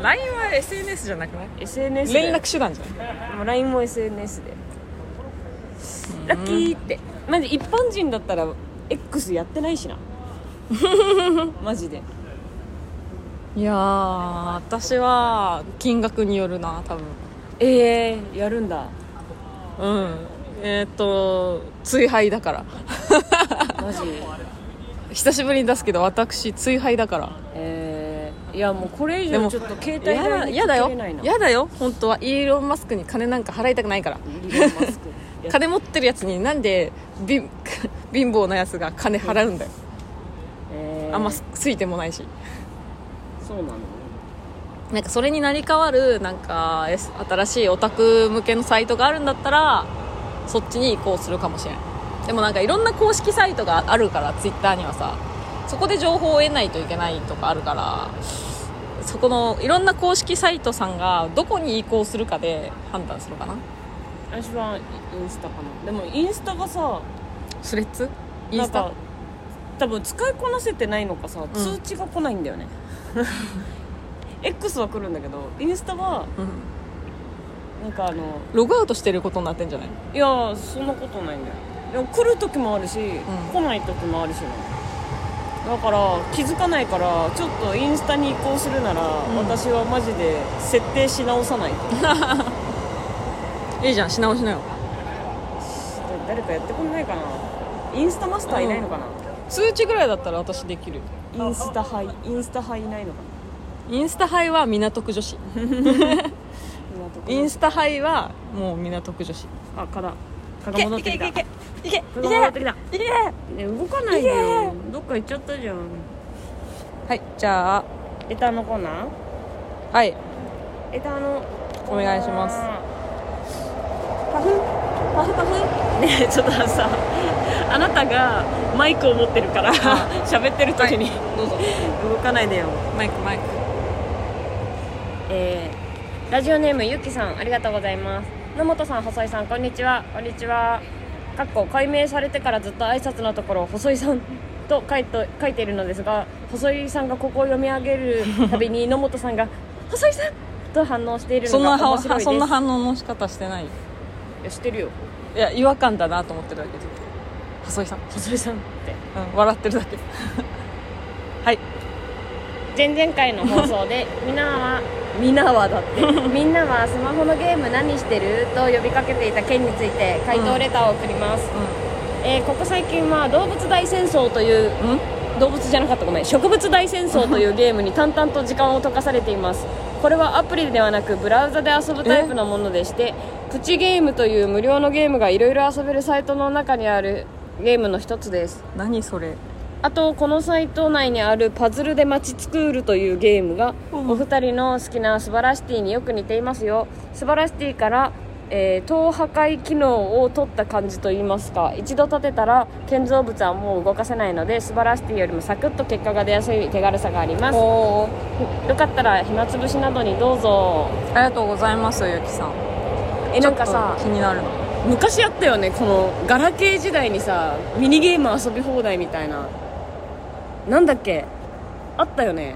[SPEAKER 2] LINE は SNS じゃなくない
[SPEAKER 1] SNS で
[SPEAKER 2] 連絡手段じゃない
[SPEAKER 1] もう LINE も SNS でラッキーってマジ一般人だったら X やってない しなマジで
[SPEAKER 2] いやー私は金額によるな多分
[SPEAKER 1] ええー、やるんだ
[SPEAKER 2] うんえーっ、と追敗だから
[SPEAKER 1] マジ
[SPEAKER 2] 久しぶりに出すけど私追敗だから
[SPEAKER 1] えー、いやもうこれ以
[SPEAKER 2] で
[SPEAKER 1] 上
[SPEAKER 2] も
[SPEAKER 1] ちょっと携帯
[SPEAKER 2] やだ
[SPEAKER 1] 代に
[SPEAKER 2] やだよ
[SPEAKER 1] かけれないな
[SPEAKER 2] やだよ本当はイーロン・マスクに金なんか払いたくないから
[SPEAKER 1] イーロンマス クいや
[SPEAKER 2] 金持ってるやつになんで貧貧乏なやつが金払うんだよ
[SPEAKER 1] えー
[SPEAKER 2] あんますついてもないし
[SPEAKER 1] そうなの
[SPEAKER 2] なんかそれになり変わるなんか S- 新しいオタク向けのサイトがあるんだったらそっちに移行するかもしれないでもなんかいろんな公式サイトがあるからツイッターにはさそこで情報を得ないといけないとかあるからそこのいろんな公式サイトさんがどこに移行するかで判断するかな
[SPEAKER 1] 私はインスタかなでもインスタがさ
[SPEAKER 2] スレッズイン
[SPEAKER 1] な
[SPEAKER 2] ス
[SPEAKER 1] ん
[SPEAKER 2] タ
[SPEAKER 1] か多分使いこなせてないのかさ、通知が来ないんだよ ね X は来るんだけどインスタは
[SPEAKER 2] うん
[SPEAKER 1] なんかあの
[SPEAKER 2] ログアウトしてることになってんじゃない
[SPEAKER 1] いやーそんなことないんだよでも来る時もあるし、来ない時もあるしねだから気づかないからちょっとインスタに移行するなら、
[SPEAKER 2] ん
[SPEAKER 1] 私はマジで設定し直さないと
[SPEAKER 2] いいじゃんし直しなよ
[SPEAKER 1] 誰かやってくんないかなインスタマスターいないのかな、
[SPEAKER 2] 通知ぐらいだったら私できるよ
[SPEAKER 1] インスタ派インスタ派いないのかな
[SPEAKER 2] インスタハイは港区女子イン
[SPEAKER 1] ス
[SPEAKER 2] スタハイはもう港区女子
[SPEAKER 1] あから蚊が戻ってきた
[SPEAKER 2] けいけい
[SPEAKER 1] 蚊が戻ってきた
[SPEAKER 2] けいけ
[SPEAKER 1] ね動かないでよどっか行っちゃったじゃん
[SPEAKER 2] はいじゃあ
[SPEAKER 1] エターのコーナー
[SPEAKER 2] はい
[SPEAKER 1] エターのコーナー
[SPEAKER 2] お願いします
[SPEAKER 1] パフパフパフねえちょっとさあなたがマイクを持ってるから喋ってる時に、
[SPEAKER 2] どうぞ
[SPEAKER 1] 動かないでよ
[SPEAKER 2] マイクマイク
[SPEAKER 1] えーラジオネームゆきさんありがとうございます野本さん細井さんこんにちはこんにちはかっこ解明されてからずっと挨拶のところを細井さんと書いて書いているのですが細井さんがここを読み上げるたびに野本さんが「細井さん!」と反応している
[SPEAKER 2] そ
[SPEAKER 1] の
[SPEAKER 2] んな
[SPEAKER 1] が
[SPEAKER 2] は
[SPEAKER 1] 面白いです
[SPEAKER 2] そんな反応の仕方してない
[SPEAKER 1] いやしてるよ
[SPEAKER 2] いや違和感だなと思ってるだけで細井さん、
[SPEAKER 1] 細井さんって
[SPEAKER 2] うん、笑ってるだけ はい
[SPEAKER 1] 前々回の放送 でみんなはみんなはだってみんなはスマホのゲーム何してると呼びかけていた件について回答レターを送ります、えーここ最近は動物大戦争という
[SPEAKER 2] うん
[SPEAKER 1] 動物じゃなかったごめん植物大戦争というゲームに淡々と時間を解かされていますこれはアプリではなくブラウザで遊ぶタイプのものでしてプチゲームという無料のゲームがいろいろ遊べるサイトの中にあるゲームの一つです
[SPEAKER 2] 何それ
[SPEAKER 1] あとこのサイト内にある「パズルで街ツクール」というゲームが
[SPEAKER 2] うん
[SPEAKER 1] お二人の好きなスバラシティによく似ていますよスバラシティから、えー塔破壊機能を取った感じといいますか一度建てたら建造物はもう動かせないのでスバラシティよりもサクッと結果が出やすい手軽さがあります
[SPEAKER 2] おお
[SPEAKER 1] よかったら暇つぶしなどにどうぞ
[SPEAKER 2] ありがとうございますゆきさん
[SPEAKER 1] えなんかさ
[SPEAKER 2] ちょっと気になるの
[SPEAKER 1] 昔あったよねこのガラケー時代にさミニゲーム遊び放題みたいななんだっけあったよね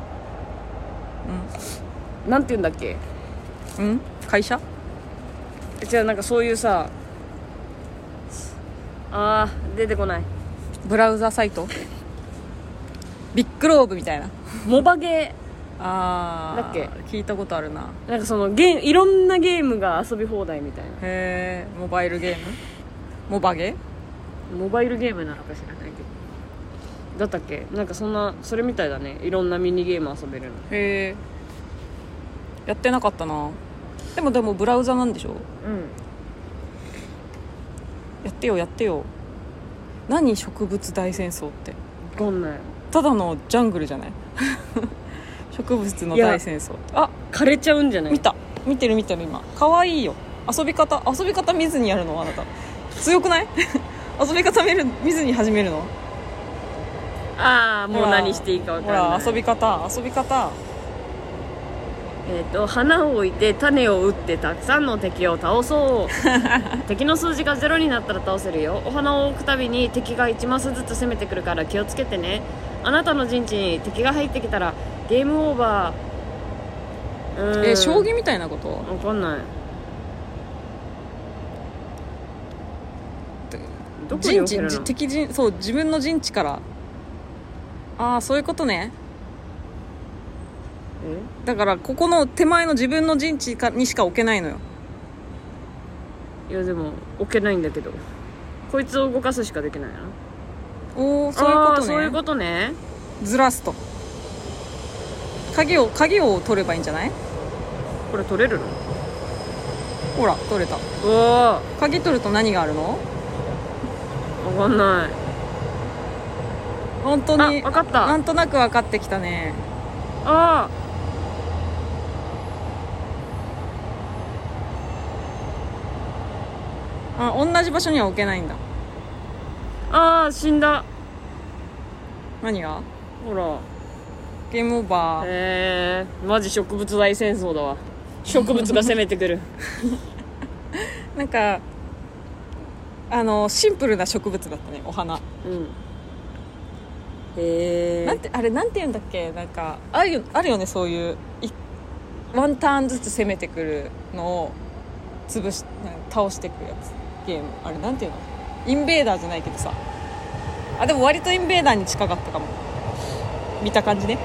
[SPEAKER 1] なんて言うんだっけ
[SPEAKER 2] うん、うん、会社
[SPEAKER 1] 違うなんかそういうさあー出てこない
[SPEAKER 2] ブラウザサイトビッグローブみたいな
[SPEAKER 1] モバゲ
[SPEAKER 2] あー
[SPEAKER 1] だっけ
[SPEAKER 2] 聞いたことあるな
[SPEAKER 1] ーなんかそのゲーいろんなゲームが遊び放題みたいな
[SPEAKER 2] へえモバイルゲームモバゲ
[SPEAKER 1] モバイルゲームなのか知らないけどだったっけなんかそんなそれみたいだねいろんなミニゲーム遊べるの
[SPEAKER 2] へえやってなかったなでもでもブラウザなんでしょ
[SPEAKER 1] うん
[SPEAKER 2] やってよやってよ何植物大戦争って
[SPEAKER 1] 分かんない
[SPEAKER 2] ただのジャングルじゃない 植物の大戦争あ
[SPEAKER 1] 枯れちゃうんじゃない
[SPEAKER 2] 見た見てる見てる今可愛いよ遊び方遊び方見ずにやるのあなた強くない 遊び方見る見ずに始めるの
[SPEAKER 1] ああもう
[SPEAKER 2] ほら
[SPEAKER 1] 何していいか分
[SPEAKER 2] ほ
[SPEAKER 1] からない
[SPEAKER 2] ら遊び方遊び方
[SPEAKER 1] えー、と花を置いて種を打ってたくさんの敵を倒そう 敵の数字がゼロになったら倒せるよお花を置くたびに敵が1マスずつ攻めてくるから気をつけてねあなたの陣地に敵が入ってきたらゲームオーバーうーん
[SPEAKER 2] え将棋みたいなこと
[SPEAKER 1] わかんないどこに
[SPEAKER 2] 陣
[SPEAKER 1] 置け
[SPEAKER 2] 地
[SPEAKER 1] るの
[SPEAKER 2] じ敵陣そう自分の陣地からああそういうことね
[SPEAKER 1] え
[SPEAKER 2] だからここの手前の自分の陣地かにしか置けないのよ
[SPEAKER 1] いやでも置けないんだけどこいつを動かすしかできないな
[SPEAKER 2] おおそういうこと
[SPEAKER 1] あ
[SPEAKER 2] ね
[SPEAKER 1] ーそういうことね
[SPEAKER 2] ずらすと鍵を鍵を取ればいいんじゃない
[SPEAKER 1] これ取れるの
[SPEAKER 2] ほら取れた
[SPEAKER 1] うわ
[SPEAKER 2] 鍵取ると何があるの
[SPEAKER 1] ーわかんない
[SPEAKER 2] 本当に
[SPEAKER 1] あわかった
[SPEAKER 2] なんとなく分かってきたね
[SPEAKER 1] あ
[SPEAKER 2] あ同じ場所には置けないんだ
[SPEAKER 1] あああ死んだ
[SPEAKER 2] 何が
[SPEAKER 1] ほら
[SPEAKER 2] ゲームオーバー
[SPEAKER 1] えー、マジ植物大戦争だわ植物が攻めてく る
[SPEAKER 2] なんかあのシンプルな植物だったねお花
[SPEAKER 1] うんへえ
[SPEAKER 2] なんてあれなんて言うんだっけなんかあるよあるよねそういういワンターンずつ攻めてくるのを潰しなんか倒していくやつゲームあれなんていうのインベーダーじゃないけどさあでも割とインベーダーに近かったかも見た感じね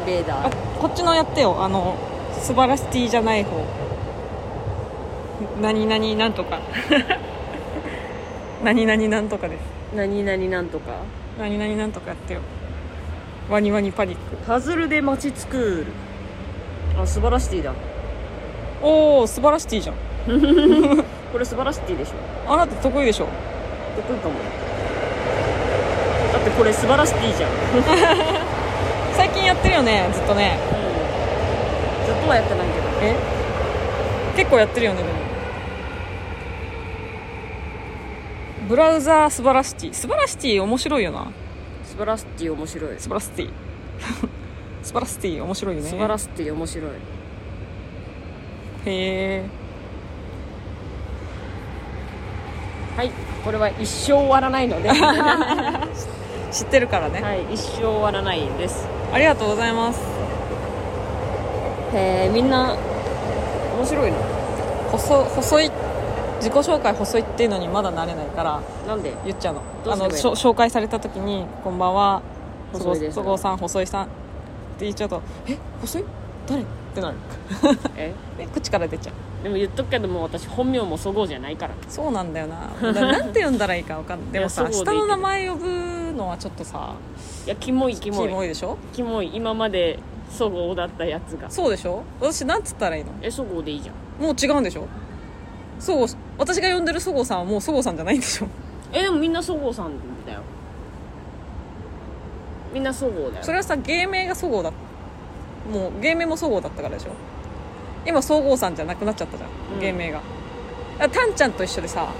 [SPEAKER 1] インベー
[SPEAKER 2] あ
[SPEAKER 1] ダー
[SPEAKER 2] こっちのやってよあの素晴らしティじゃない方何々なんとか 何々なんとかです
[SPEAKER 1] 何々なんとか
[SPEAKER 2] 何々なんとかやってよワニワニパニック
[SPEAKER 1] パズルで街つくあ素晴らしティだ
[SPEAKER 2] おお素晴らしティじゃん
[SPEAKER 1] これ素晴らしティでしょ
[SPEAKER 2] あなた得意でしょ
[SPEAKER 1] 得意かもだってこれ素晴らしティじゃん、
[SPEAKER 2] 最近やってるよねずっとね
[SPEAKER 1] ずっとはやってないけど
[SPEAKER 2] え結構やってるよねでもブラウザー素晴らしティ素晴らしティ面白いよな
[SPEAKER 1] 素晴らしティ面白い
[SPEAKER 2] 素晴らしティ 素晴らしティ面白いよね
[SPEAKER 1] 素晴らしティ面白い
[SPEAKER 2] へえ
[SPEAKER 1] はいこれは一生終わらないの では
[SPEAKER 2] 知ってるからね、
[SPEAKER 1] い一生終わらないんです
[SPEAKER 2] ありがとうございます
[SPEAKER 1] へえみんな面白いの
[SPEAKER 2] 細細い自己紹介細いっていうのにまだ慣れないから
[SPEAKER 1] なんで
[SPEAKER 2] 言っちゃうの
[SPEAKER 1] どう
[SPEAKER 2] あ
[SPEAKER 1] すればいい
[SPEAKER 2] のしょ紹介された時に「こんばんはそ
[SPEAKER 1] 細
[SPEAKER 2] ご
[SPEAKER 1] いです
[SPEAKER 2] そごうさん細いさん」って言っちゃうと「え細い誰?」ってなる
[SPEAKER 1] え
[SPEAKER 2] え口から出ちゃう
[SPEAKER 1] でも言っとくけどもう私本名もそごうじゃないから
[SPEAKER 2] そうなんだ よなだからなんて呼んだらいいか分かんないでも
[SPEAKER 1] い
[SPEAKER 2] さ
[SPEAKER 1] やそう
[SPEAKER 2] 下
[SPEAKER 1] でいいけど
[SPEAKER 2] の名前呼ぶのはちょっとさ
[SPEAKER 1] いやキモいキ
[SPEAKER 2] キ
[SPEAKER 1] モい
[SPEAKER 2] モいでしょ
[SPEAKER 1] キモい今までそごうだったやつが
[SPEAKER 2] そうでしょ私なんつったらいいの
[SPEAKER 1] えそごうでいいじゃん
[SPEAKER 2] もう違うんでしょそごう私が呼んでるそごうさんはもうそごうさんじゃないんでしょ
[SPEAKER 1] えでもみんなそごうさんだよみんなそごうだよ
[SPEAKER 2] それはさ芸名がそごうだもう芸名もそごうだったからでしょ今そごうさんじゃなくなっちゃったじゃん、
[SPEAKER 1] うん
[SPEAKER 2] 芸名がだからタンちゃんと一緒でさ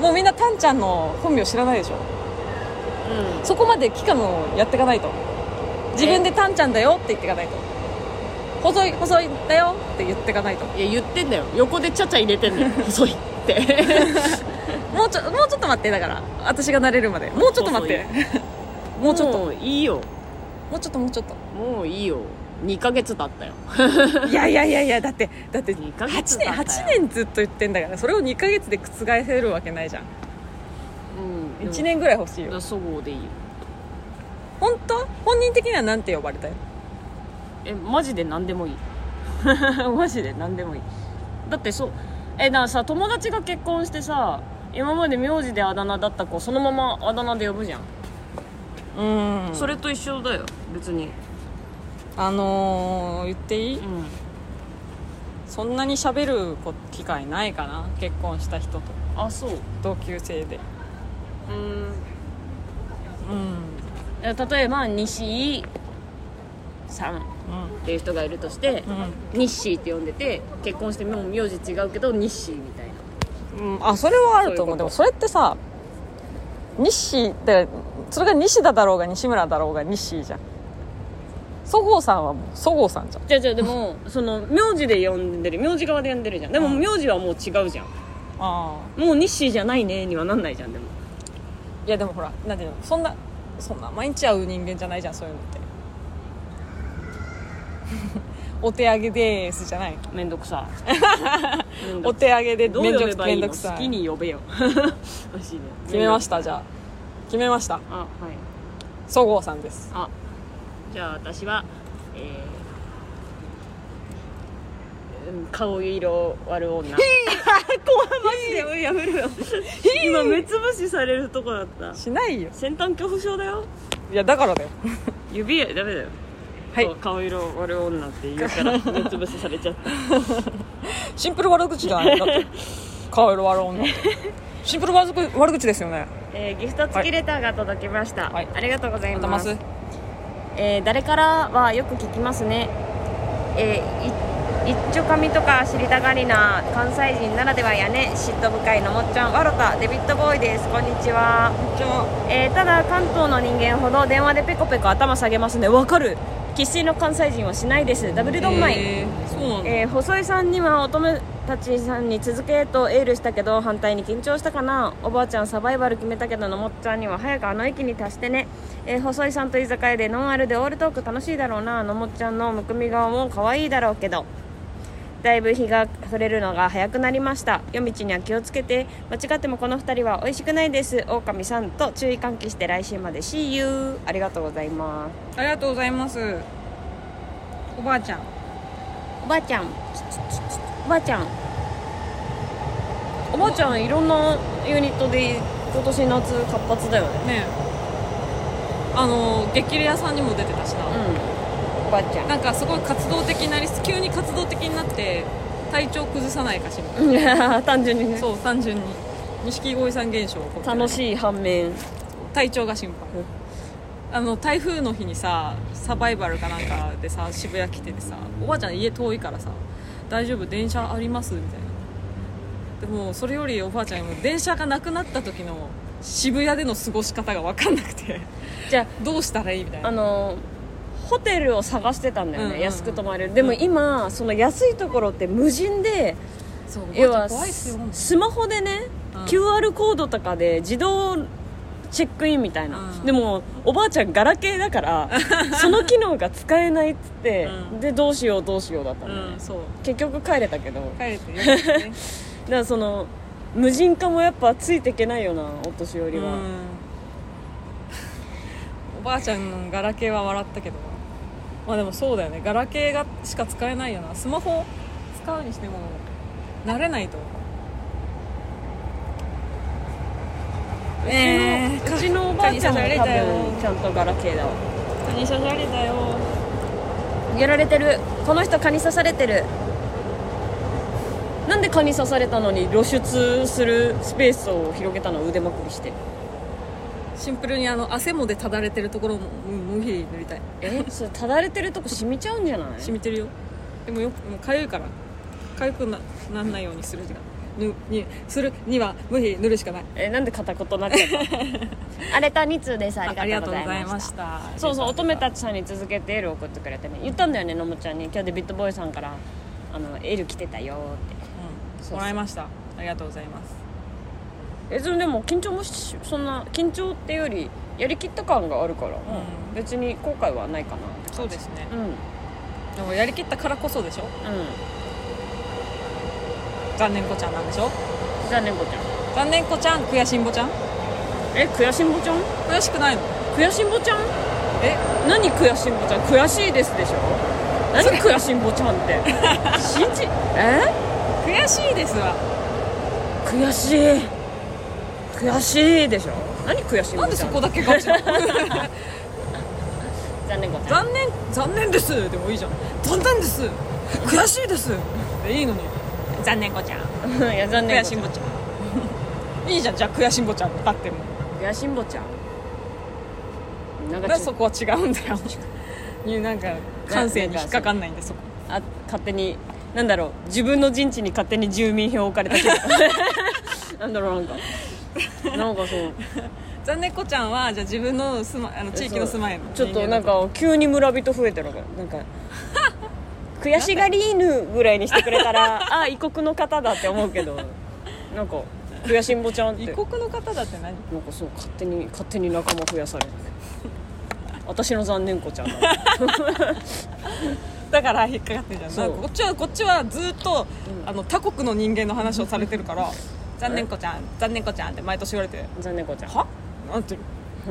[SPEAKER 2] もうみんなタンちゃんの本名知らないでしょ
[SPEAKER 1] うん
[SPEAKER 2] そこまで期間をやっていかないと自分でタンちゃんだよって言っていかないと細い細いだよって言っていかないと
[SPEAKER 1] いや言ってんだよ横でちゃちゃ入れてんだ よ細いって
[SPEAKER 2] もうちょもうちょっと待ってだから私が慣れるまでもうちょっと待って もうちょっとも
[SPEAKER 1] もういいよ
[SPEAKER 2] うちょっともうちょっと
[SPEAKER 1] もういいよ2ヶ月経ったよ
[SPEAKER 2] いやいやいやいやだってだって
[SPEAKER 1] 二ヶ月
[SPEAKER 2] 8
[SPEAKER 1] だった
[SPEAKER 2] 年
[SPEAKER 1] よ
[SPEAKER 2] 八年ずっと言ってんだからそれを2ヶ月で覆せるわけないじゃん
[SPEAKER 1] うん
[SPEAKER 2] 1年ぐらい欲しい
[SPEAKER 1] だか
[SPEAKER 2] よ
[SPEAKER 1] らそごうでいいよ
[SPEAKER 2] 本当本人的にはなんて呼ばれたい
[SPEAKER 1] えマジで何でもい いマジで何でもいいだってそうえだからさ友達が結婚してさ今まで名字であだ名だった子そのままあだ名で呼ぶじゃん、
[SPEAKER 2] うん
[SPEAKER 1] それと一緒だよ別に
[SPEAKER 2] あのー、言っていい
[SPEAKER 1] うん
[SPEAKER 2] そんなに喋る機会ないかな結婚した人と
[SPEAKER 1] あそう
[SPEAKER 2] 同級生で
[SPEAKER 1] うん
[SPEAKER 2] うん
[SPEAKER 1] え例えば西井さんっていう人がいるとして、ニッシーって呼んでて結婚してもう名字違うけどニッシーみたいな
[SPEAKER 2] うん、あそれはあると
[SPEAKER 1] そういうこ
[SPEAKER 2] 思う
[SPEAKER 1] と
[SPEAKER 2] でもそれってさ西ってそれが西田だろうが西村だろうが西じゃんそごうさんはもうそごうさんじゃん
[SPEAKER 1] じゃあじゃあでもその名字で呼んでる名字側で呼んでるじゃんでも
[SPEAKER 2] うん
[SPEAKER 1] 名字はもう違うじゃん
[SPEAKER 2] ああ
[SPEAKER 1] もうニッシーじゃないねにはなんないじゃんでも
[SPEAKER 2] いやでもほらなんていうのそんなそんな毎日会う人間じゃないじゃんそういうのって お手上げでーすじゃない
[SPEAKER 1] めんどくさ めんど
[SPEAKER 2] お
[SPEAKER 1] く
[SPEAKER 2] 手上げで
[SPEAKER 1] どう
[SPEAKER 2] めん
[SPEAKER 1] 呼
[SPEAKER 2] ど
[SPEAKER 1] べ
[SPEAKER 2] く
[SPEAKER 1] ばい
[SPEAKER 2] め
[SPEAKER 1] い
[SPEAKER 2] ん
[SPEAKER 1] の
[SPEAKER 2] どくさ
[SPEAKER 1] 好
[SPEAKER 2] い
[SPEAKER 1] きに呼べよ 美味しいね
[SPEAKER 2] 決めま
[SPEAKER 1] た
[SPEAKER 2] したじゃあ決めました
[SPEAKER 1] あはい
[SPEAKER 2] そごうさんです
[SPEAKER 1] あじゃあ私はえーうん顔色悪女怖マジでうんやめろよ今目つぶしされるとこだった
[SPEAKER 2] しないよ
[SPEAKER 1] 先端恐怖症だよ
[SPEAKER 2] いやだからだよ
[SPEAKER 1] 指ダメだよ
[SPEAKER 2] はい
[SPEAKER 1] そう顔色悪い女って言うから 目つぶしされちゃった
[SPEAKER 2] シンプル悪口じゃない だって顔色悪い女シンプル悪口悪口ですよね
[SPEAKER 1] えーギフト付きレターが届きました、
[SPEAKER 2] はい
[SPEAKER 1] ありがとうござい
[SPEAKER 2] また
[SPEAKER 1] ま、
[SPEAKER 2] ますす
[SPEAKER 1] えー誰からはよく聞きますねえーい一丁紙とか知りたがりな関西人ならではやね嫉妬深いのもっちゃんわろたデビットボーイですこんにちは
[SPEAKER 2] じゃあ
[SPEAKER 1] えーただ関東の人間ほど電話でペコペコ頭下げますねわかる生粋の関西人はしないですダブルドンマイ、
[SPEAKER 2] えーそうなんだ
[SPEAKER 1] えー細井さんには乙女たちさんに続けとエールしたけど反対に緊張したかなおばあちゃんサバイバル決めたけどのもっちゃんには早くあの域に達してね、えー細井さんと居酒屋でノンアルでオールトーク楽しいだろうなのもっちゃんのむくみ顔も可愛いだろうけどだいぶ日が触れるのが早くなりました夜道には気をつけて間違ってもこの2人は美味しくないです狼さんと注意喚起して来週まで See you ありがとうございま
[SPEAKER 3] ありがとうございますおばあちゃん
[SPEAKER 1] すおばあちゃんおばあちゃんおばあちゃんいろんなユニットで今年夏活発だよね
[SPEAKER 2] ねあの激レアさんにも出てたしな、
[SPEAKER 1] うんおばあちゃん
[SPEAKER 2] なんかすごい活動的になり急に活動的になって体調崩さないかし ら
[SPEAKER 1] 単純にね
[SPEAKER 2] そう単純に錦鯉さん現象を
[SPEAKER 1] 楽
[SPEAKER 2] い
[SPEAKER 1] しい反面
[SPEAKER 2] 体調が心配あの台風の日にさサバイバルかなんかでさ渋谷来ててさおばあちゃん家遠いからさ「大丈夫電車あります?」みたいなでもそれよりおばあちゃんも電車がなくなった時の渋谷での過ごし方が分かんな くて
[SPEAKER 1] じゃあ
[SPEAKER 2] どうしたらいいみたい
[SPEAKER 1] あ
[SPEAKER 2] な
[SPEAKER 1] のホテルを探してたんだよね、
[SPEAKER 2] うんうんうん
[SPEAKER 1] 安く泊まれるでも今その安いところって無人で
[SPEAKER 2] そうおばあち
[SPEAKER 1] 要
[SPEAKER 2] ゃ
[SPEAKER 1] は
[SPEAKER 2] ん怖いっすよ本当に
[SPEAKER 1] スマホでね、
[SPEAKER 2] うん
[SPEAKER 1] QR コードとかで自動チェックインみたいな、
[SPEAKER 2] うん
[SPEAKER 1] でもおばあちゃんガラケーだから その機能が使えないっつって、
[SPEAKER 2] うん
[SPEAKER 1] でどうしようどうしようだったの、
[SPEAKER 2] うん そう
[SPEAKER 1] 結局帰れたけどだか
[SPEAKER 2] 帰れてよかったね
[SPEAKER 1] らその無人化もやっぱついていけないよなお年寄りは、
[SPEAKER 2] うん おばあちゃんのガラケーは笑ったけどまあでもそうだよねガラケーがしか使えないよなスマホ使うにしても慣れないとえ
[SPEAKER 1] うちのおばあちゃんも多
[SPEAKER 2] 蚊に刺されたよ
[SPEAKER 1] 分ちゃんとガラケーだわ
[SPEAKER 2] 蚊に刺されたよ
[SPEAKER 1] やられてるこの人蚊に刺されてるなんで蚊に刺されたのに露出するスペースを広げたの腕まくりして
[SPEAKER 2] シンプルにあの汗もでただれてるところもうんおひり塗りたい
[SPEAKER 1] えそれただれてるとこ染みちゃうんじゃない
[SPEAKER 2] 染みてるよでもよもうかゆいからかゆくななんないようにするしかぬにするには無理塗るしかない
[SPEAKER 1] えなんで片言になっちゃった荒れた2通ですありがとうございました
[SPEAKER 2] た
[SPEAKER 1] そうそう乙女たちさんに続けてエール送ってくれてね言ったんだよねのもちゃんに今日デビッドボーイさんからあのエール来てたよっ
[SPEAKER 2] うん
[SPEAKER 1] そうそう
[SPEAKER 2] もらいましたありがとうございます
[SPEAKER 1] てえそれでも緊張もしそんな緊張っていうよりやりきった感があるから、
[SPEAKER 2] ん
[SPEAKER 1] 別に後悔はないかなって
[SPEAKER 2] そうですね
[SPEAKER 1] うん
[SPEAKER 2] でもやりきったからこそでし
[SPEAKER 1] う
[SPEAKER 2] ょ
[SPEAKER 1] ん
[SPEAKER 2] 残念子ちゃんなんでしょ
[SPEAKER 1] じゃあ猫ちゃん
[SPEAKER 2] 残念子ちゃん悔しんぼちゃん
[SPEAKER 1] え悔しんぼちゃん
[SPEAKER 2] 悔しくないの
[SPEAKER 1] 悔しんぼちゃん
[SPEAKER 2] え
[SPEAKER 1] 何悔しんぼちゃん悔しいですでしょ何悔しんぼちゃんって信じえ
[SPEAKER 2] 悔しいですわ
[SPEAKER 1] 悔しい悔しいでしょ何悔しんぼちゃん
[SPEAKER 2] なんでそこだけガチなの
[SPEAKER 1] じゃあ猫ちゃん
[SPEAKER 2] 残念残念ですでもいいじゃん残念です悔しいですでいいのに残念子ちゃん
[SPEAKER 1] いや残念
[SPEAKER 2] 悔しんぼちゃんいいじゃんじゃあ悔しんぼちゃんだっても
[SPEAKER 1] 悔しんぼちゃんなんかち
[SPEAKER 2] だか
[SPEAKER 1] ょ
[SPEAKER 2] ら
[SPEAKER 1] っ
[SPEAKER 2] そこは違うんだよ になんか感性に引っかかんないんでそこ
[SPEAKER 1] あ勝手になんだろう自分の陣地に勝手に住民票置かれたけどなんだろうなんかなんかそう
[SPEAKER 2] 残念子ちゃんはじゃあ自分の住まあの地域の住まいの
[SPEAKER 1] ちょっとなんか急に村人増えてるからなん か悔しがり犬ぐらいにしてくれたらあ異国の方だって思うけどなんか悔しんぼちゃんって
[SPEAKER 2] 異
[SPEAKER 1] なんか
[SPEAKER 2] 国の方だって何
[SPEAKER 1] そう勝手に勝手に仲間増やされる私の残念子ちゃんだ
[SPEAKER 2] だから引っかかってんじゃん
[SPEAKER 1] そう
[SPEAKER 2] なんかこっちはこっちはずっと、あの他国の人間の話をされてるから「残念子ちゃん残念子ちゃん」って毎年言われて
[SPEAKER 1] 残念子ちゃん
[SPEAKER 2] 「はなんてい う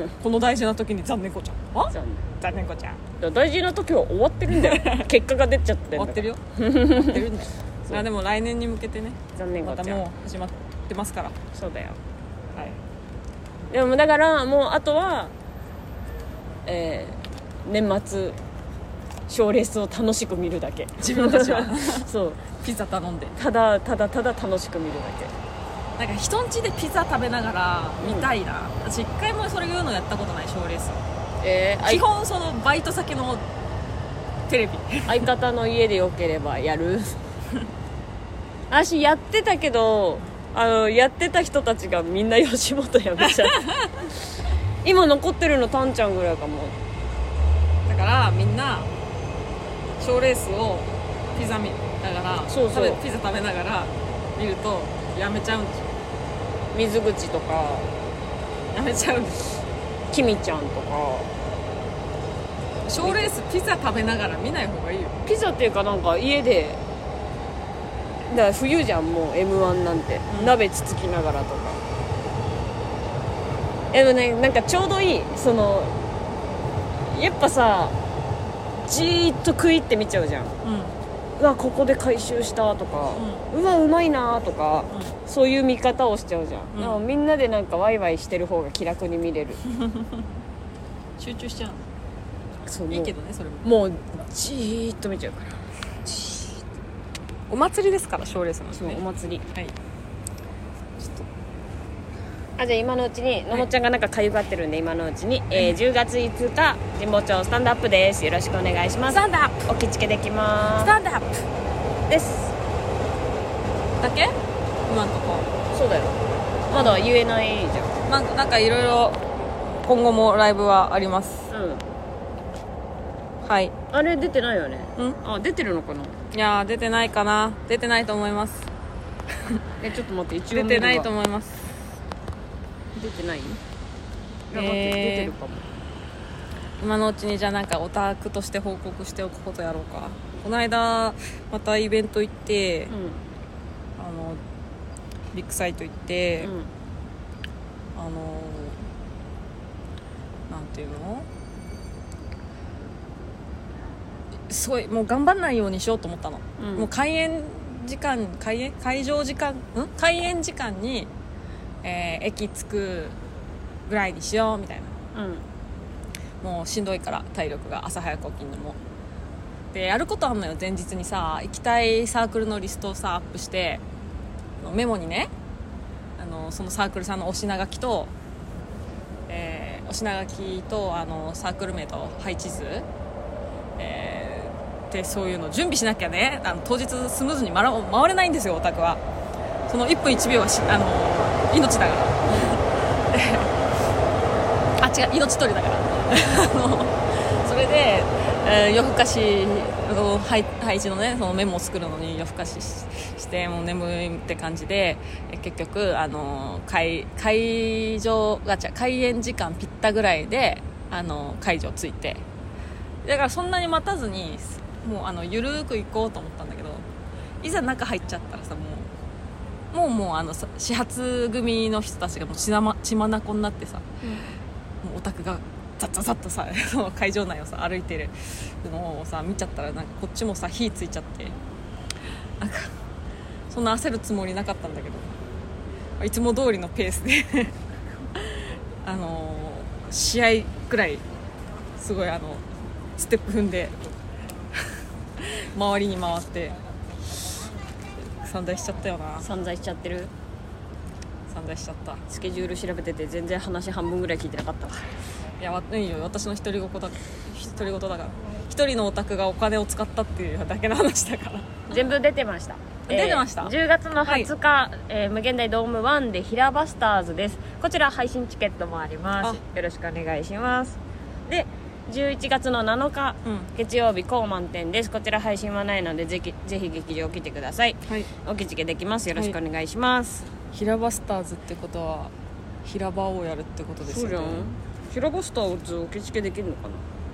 [SPEAKER 2] のこの大事な時に残念子ちゃん」は
[SPEAKER 1] 残念
[SPEAKER 2] 残念子ち
[SPEAKER 1] だ
[SPEAKER 2] ゃん
[SPEAKER 1] から大事な時は終わってるんだよ 結果が出ちゃって
[SPEAKER 2] 終
[SPEAKER 1] んだから
[SPEAKER 2] わっ てるよ終わってるんだよ
[SPEAKER 1] そう
[SPEAKER 2] あでも来年に向けてね
[SPEAKER 1] 残念
[SPEAKER 2] ま
[SPEAKER 1] 子
[SPEAKER 2] た
[SPEAKER 1] ちゃん
[SPEAKER 2] もう始まってますからは
[SPEAKER 1] そうだよ
[SPEAKER 2] い
[SPEAKER 1] でもだからもうあとはえー年末賞レースを楽しく見るだけ
[SPEAKER 2] 自分たちは
[SPEAKER 1] そう
[SPEAKER 2] ピザ頼んで
[SPEAKER 1] ただただただ楽しく見るだ
[SPEAKER 2] なんか人ん家でピザ食べながら見たいな、私一回もそれ言うのやったことない賞レース
[SPEAKER 1] けえ
[SPEAKER 2] 基本そのバイト先のテレビ
[SPEAKER 1] 相方の家でよければやる 私やってたけどあのやってた人たちがみんな吉本辞めち ゃった今残ってるのタンちゃんぐらいかも
[SPEAKER 2] だからみんな賞レースをピザ見ながら
[SPEAKER 1] そうそう
[SPEAKER 2] 食べピザ食べながら見るとやめちゃうんでしょ
[SPEAKER 1] 水口とか
[SPEAKER 2] やめちゃうんでし
[SPEAKER 1] きみちゃんとか
[SPEAKER 2] ょ賞レースピザ食べながら見ない方がいいよ
[SPEAKER 1] ピザっていうかなんか家でだから冬じゃんもう m 1なんて、
[SPEAKER 2] うん
[SPEAKER 1] 鍋つつきながらとかでもねなんかちょうどいいそのやっぱさじーっと食い入って見ちゃうじゃん
[SPEAKER 2] うん
[SPEAKER 1] うわここで回収したとか、うわうまいなとか、そういう見方をしちゃうじゃん、
[SPEAKER 2] うん
[SPEAKER 1] だからみんなでなんかワイワイしてる方が気楽に見れる
[SPEAKER 2] 集中しちゃう
[SPEAKER 1] そう
[SPEAKER 2] の
[SPEAKER 1] もう
[SPEAKER 2] いいけどねそれも
[SPEAKER 1] もうじーっと見ちゃうから
[SPEAKER 2] お祭りですから賞レースの
[SPEAKER 1] そうお
[SPEAKER 2] ね
[SPEAKER 1] 祭り
[SPEAKER 2] はい
[SPEAKER 1] あじゃあ今のうちにののちゃんがなんかかゆがってるんで今のうちに、えー10月5日神保町スタンドアップですよろしくお願いしま
[SPEAKER 2] ス
[SPEAKER 1] す
[SPEAKER 2] タンドアップ
[SPEAKER 1] お気付けでき
[SPEAKER 2] ス
[SPEAKER 1] ま
[SPEAKER 2] タンドアップ
[SPEAKER 1] すです
[SPEAKER 2] だけ今んとこ
[SPEAKER 1] そうだよまだ言えないじ
[SPEAKER 2] なんかなんかいろいろ今後もライブはあります
[SPEAKER 1] ゃんうん
[SPEAKER 2] はい
[SPEAKER 1] あれ出てないよね
[SPEAKER 2] うん
[SPEAKER 1] あ出てるのかない
[SPEAKER 2] やー出てないかな出てないと思います
[SPEAKER 1] えちょっと待って一応
[SPEAKER 2] 出てないと思います
[SPEAKER 1] 出てない
[SPEAKER 2] や待って出てるか今のうちにじゃあなんかオタクとして報告しておくことやろうかこの間またイベント行って、あのビッグサイト行って、
[SPEAKER 1] うん、うん、
[SPEAKER 2] あのなんていうのすごいもう頑張んないようにしようと思ったの、
[SPEAKER 1] うん
[SPEAKER 2] もう開演時間開演会場時間ん開演時間に、えー駅着くぐらいにしようみたいな
[SPEAKER 1] うん
[SPEAKER 2] もうしんどいから体力が朝早く起きんのもでやることあんのよ前日にさ行きたいサークルのリストをさアップしてあのメモにねあのそのサークルさんのお品書きと、えーお品書きとあのサークル名と配置図、えーでそういうの準備しなきゃねあの当日スムーズに回ら回れないんですよオタクはその1分1秒はしあの命だからあ違う命取りだから あのそれで、えー夜更かしの配配置のねそのメモを作るのに夜更かしししてもう眠いって感じでえ結局あの会会場が違う開演時間ぴったぐらいであの会場着いてだからそんなに待たずにもうあのゆるーく行こうと思ったんだけどいざ中入っちゃったらさもうもうもうあのさ始発組の人たちがもう血なま血眼になってさもうオタクがザッザッザッとさ その会場内をさ歩いてるのをさ見ちゃったらなんかこっちもさ火ついちゃってなんかそんな焦るつもりなかったんだけどいつも通りのペースで あのー試合くらいすごいあのステップ踏んで 周りに回って散財しちゃったよな
[SPEAKER 1] 散財しちゃってる
[SPEAKER 2] 散財しちゃった
[SPEAKER 1] スケジュール調べてて全然話半分ぐらい聞いてなかった
[SPEAKER 2] いやわいいよ私の独り言だ独り言だから一人のオタクがお金を使ったっていうだけの話だから
[SPEAKER 1] 全部出てました
[SPEAKER 2] 出てました
[SPEAKER 1] えー10月の20日、えー無限大ドーム1でヒラバスターズですこちら配信チケットもありますよろしくお願いしますで11月の7日
[SPEAKER 2] うん
[SPEAKER 1] 月曜日高満点ですこちら配信はないのでぜひぜひ劇場来てください
[SPEAKER 2] はい
[SPEAKER 1] お気付けできますよろしくお願いします、
[SPEAKER 2] 平場スターズってことは平場をやるってことですよね
[SPEAKER 1] ヒラバスターズお気付けできるのかな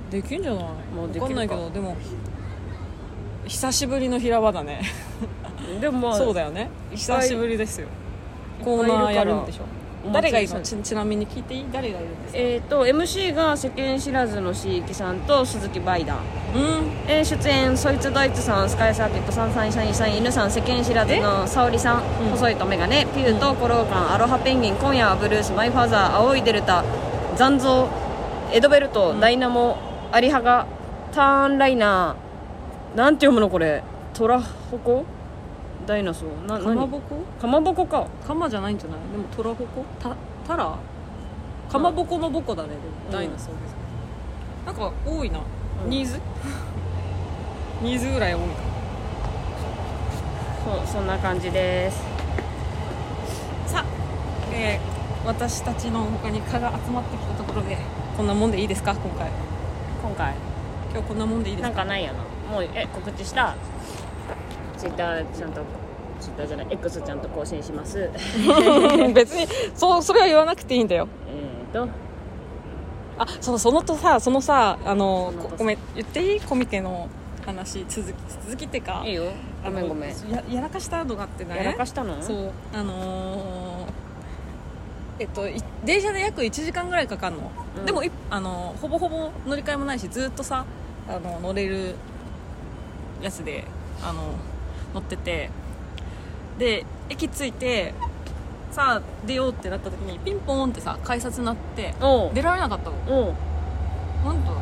[SPEAKER 2] できんじゃない
[SPEAKER 1] もうできる
[SPEAKER 2] 分
[SPEAKER 1] か
[SPEAKER 2] かんないけどでも久しぶりの平場だね
[SPEAKER 1] でもまあ
[SPEAKER 2] そうだよね
[SPEAKER 1] いっぱい
[SPEAKER 2] 久しぶりですよ
[SPEAKER 1] いっぱいい
[SPEAKER 2] コ
[SPEAKER 1] る
[SPEAKER 2] ー
[SPEAKER 1] から
[SPEAKER 2] ナーやるんでしょ
[SPEAKER 1] お祭り
[SPEAKER 2] 誰がいる
[SPEAKER 1] さ
[SPEAKER 2] の
[SPEAKER 1] ん
[SPEAKER 2] ちちなみに聞いていい誰がいるんですか
[SPEAKER 1] えー、と MC が世間知らずの椎木さんと鈴木バイダン、
[SPEAKER 2] うん
[SPEAKER 1] えー出演そいつドイツさんスカイサーキットさんサンシャインさん犬さん世間知らずの沙織さん、
[SPEAKER 2] うん
[SPEAKER 1] 細いとメガネピューとコローカンアロハペンギン今夜はブルースマイファザー青いデルタ残像エドベルト、ダイナモアリハガターンライナーなんて読むのこれトラホコダイナソーな
[SPEAKER 2] かまぼ
[SPEAKER 1] 何
[SPEAKER 2] こ
[SPEAKER 1] かまぼこか
[SPEAKER 2] かまじゃないんじゃないでもトラホコたタラかまぼこのぼこだねでもダイナソーです、なんか多いな、
[SPEAKER 1] うん
[SPEAKER 2] ニー ズニーズぐらい多いか
[SPEAKER 1] そうそんな感じです
[SPEAKER 2] さあ、えー私たちの他に蚊が集まってきたところでこんなもんでいいですか今回
[SPEAKER 1] 今回
[SPEAKER 2] 今日こんなもんでいいです
[SPEAKER 1] な
[SPEAKER 2] か
[SPEAKER 1] んかないやなもうえ告知したツイッターちゃんとツイッターじゃない X ちゃんと更新します
[SPEAKER 2] 別にそうそれは言わなくていいんだよ
[SPEAKER 1] えーと
[SPEAKER 2] あそうそのとさそのさあの
[SPEAKER 1] そのと
[SPEAKER 2] こ
[SPEAKER 1] さ
[SPEAKER 2] ごめん言っていいコミケの話続き続きってか
[SPEAKER 1] いいよごめんごめん
[SPEAKER 3] あのややらかしたのがあってね
[SPEAKER 1] やらかしたの
[SPEAKER 2] そうあのーえっと、い電車で約1時間ぐらいかかるの、
[SPEAKER 1] うん
[SPEAKER 2] でもいあのーほぼほぼ乗り換えもないしずっとさあの乗れるやつであの乗っててで駅着いてさあ出ようってなった時にピンポーンってさ改札になって
[SPEAKER 1] おう
[SPEAKER 2] 出られなかったの
[SPEAKER 1] おう
[SPEAKER 2] なんでだっ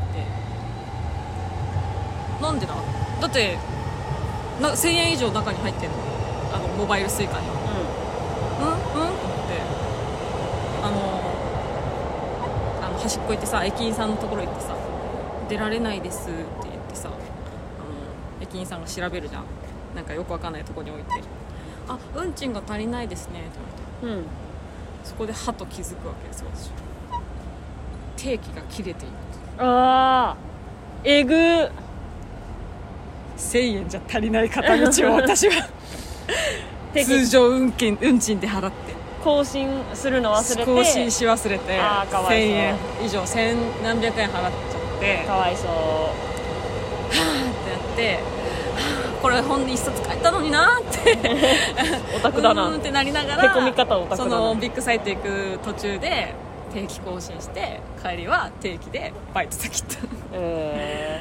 [SPEAKER 2] てなんでだだってな1000円以上中に入ってんのあのモバイルスイカにうんうんと思ってあのあの端っこ行ってさ駅員さんのところ行ってさ「出られないです」って言ってさあの駅員さんが調べるじゃんなんかよくわかんないとこに置いて「あ運賃が足りないですね」って言われ
[SPEAKER 1] うんうん
[SPEAKER 2] てそこでハッと気づくわけですよ私定期が切れている
[SPEAKER 1] ああえぐー
[SPEAKER 2] 1000円じゃ足りない片 道を私は
[SPEAKER 1] 定
[SPEAKER 2] 通
[SPEAKER 1] 期
[SPEAKER 2] 常運賃運賃で払って
[SPEAKER 1] 更新するの忘れて
[SPEAKER 2] 更新し忘れて
[SPEAKER 1] あーかわいそ
[SPEAKER 2] 1000
[SPEAKER 1] う
[SPEAKER 2] 円以上1000何百円払っちゃって
[SPEAKER 1] かわいそう
[SPEAKER 2] ってやってはぁこれ本一冊買ったのになーって
[SPEAKER 1] オタクだ
[SPEAKER 2] うーん
[SPEAKER 1] な
[SPEAKER 2] ってなりながら
[SPEAKER 1] へこみ方オタクだ
[SPEAKER 2] そ
[SPEAKER 1] な
[SPEAKER 2] のビッグサイト行く途中で定期更新して帰りは定期でバイト先行った
[SPEAKER 1] え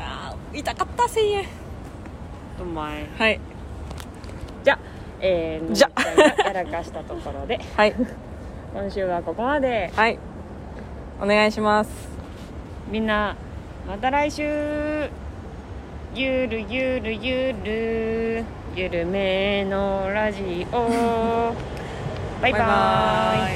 [SPEAKER 2] あー痛かった1000円
[SPEAKER 1] ーうまい
[SPEAKER 2] はい
[SPEAKER 1] じゃえー、
[SPEAKER 2] じゃ
[SPEAKER 1] のりちゃんがやらかしたところで
[SPEAKER 2] はい
[SPEAKER 1] 今週はここまで
[SPEAKER 2] はいお願いします
[SPEAKER 1] みんなまた来週ゆるゆるゆる ゆるめのラジオバイバイ
[SPEAKER 2] バイバーイ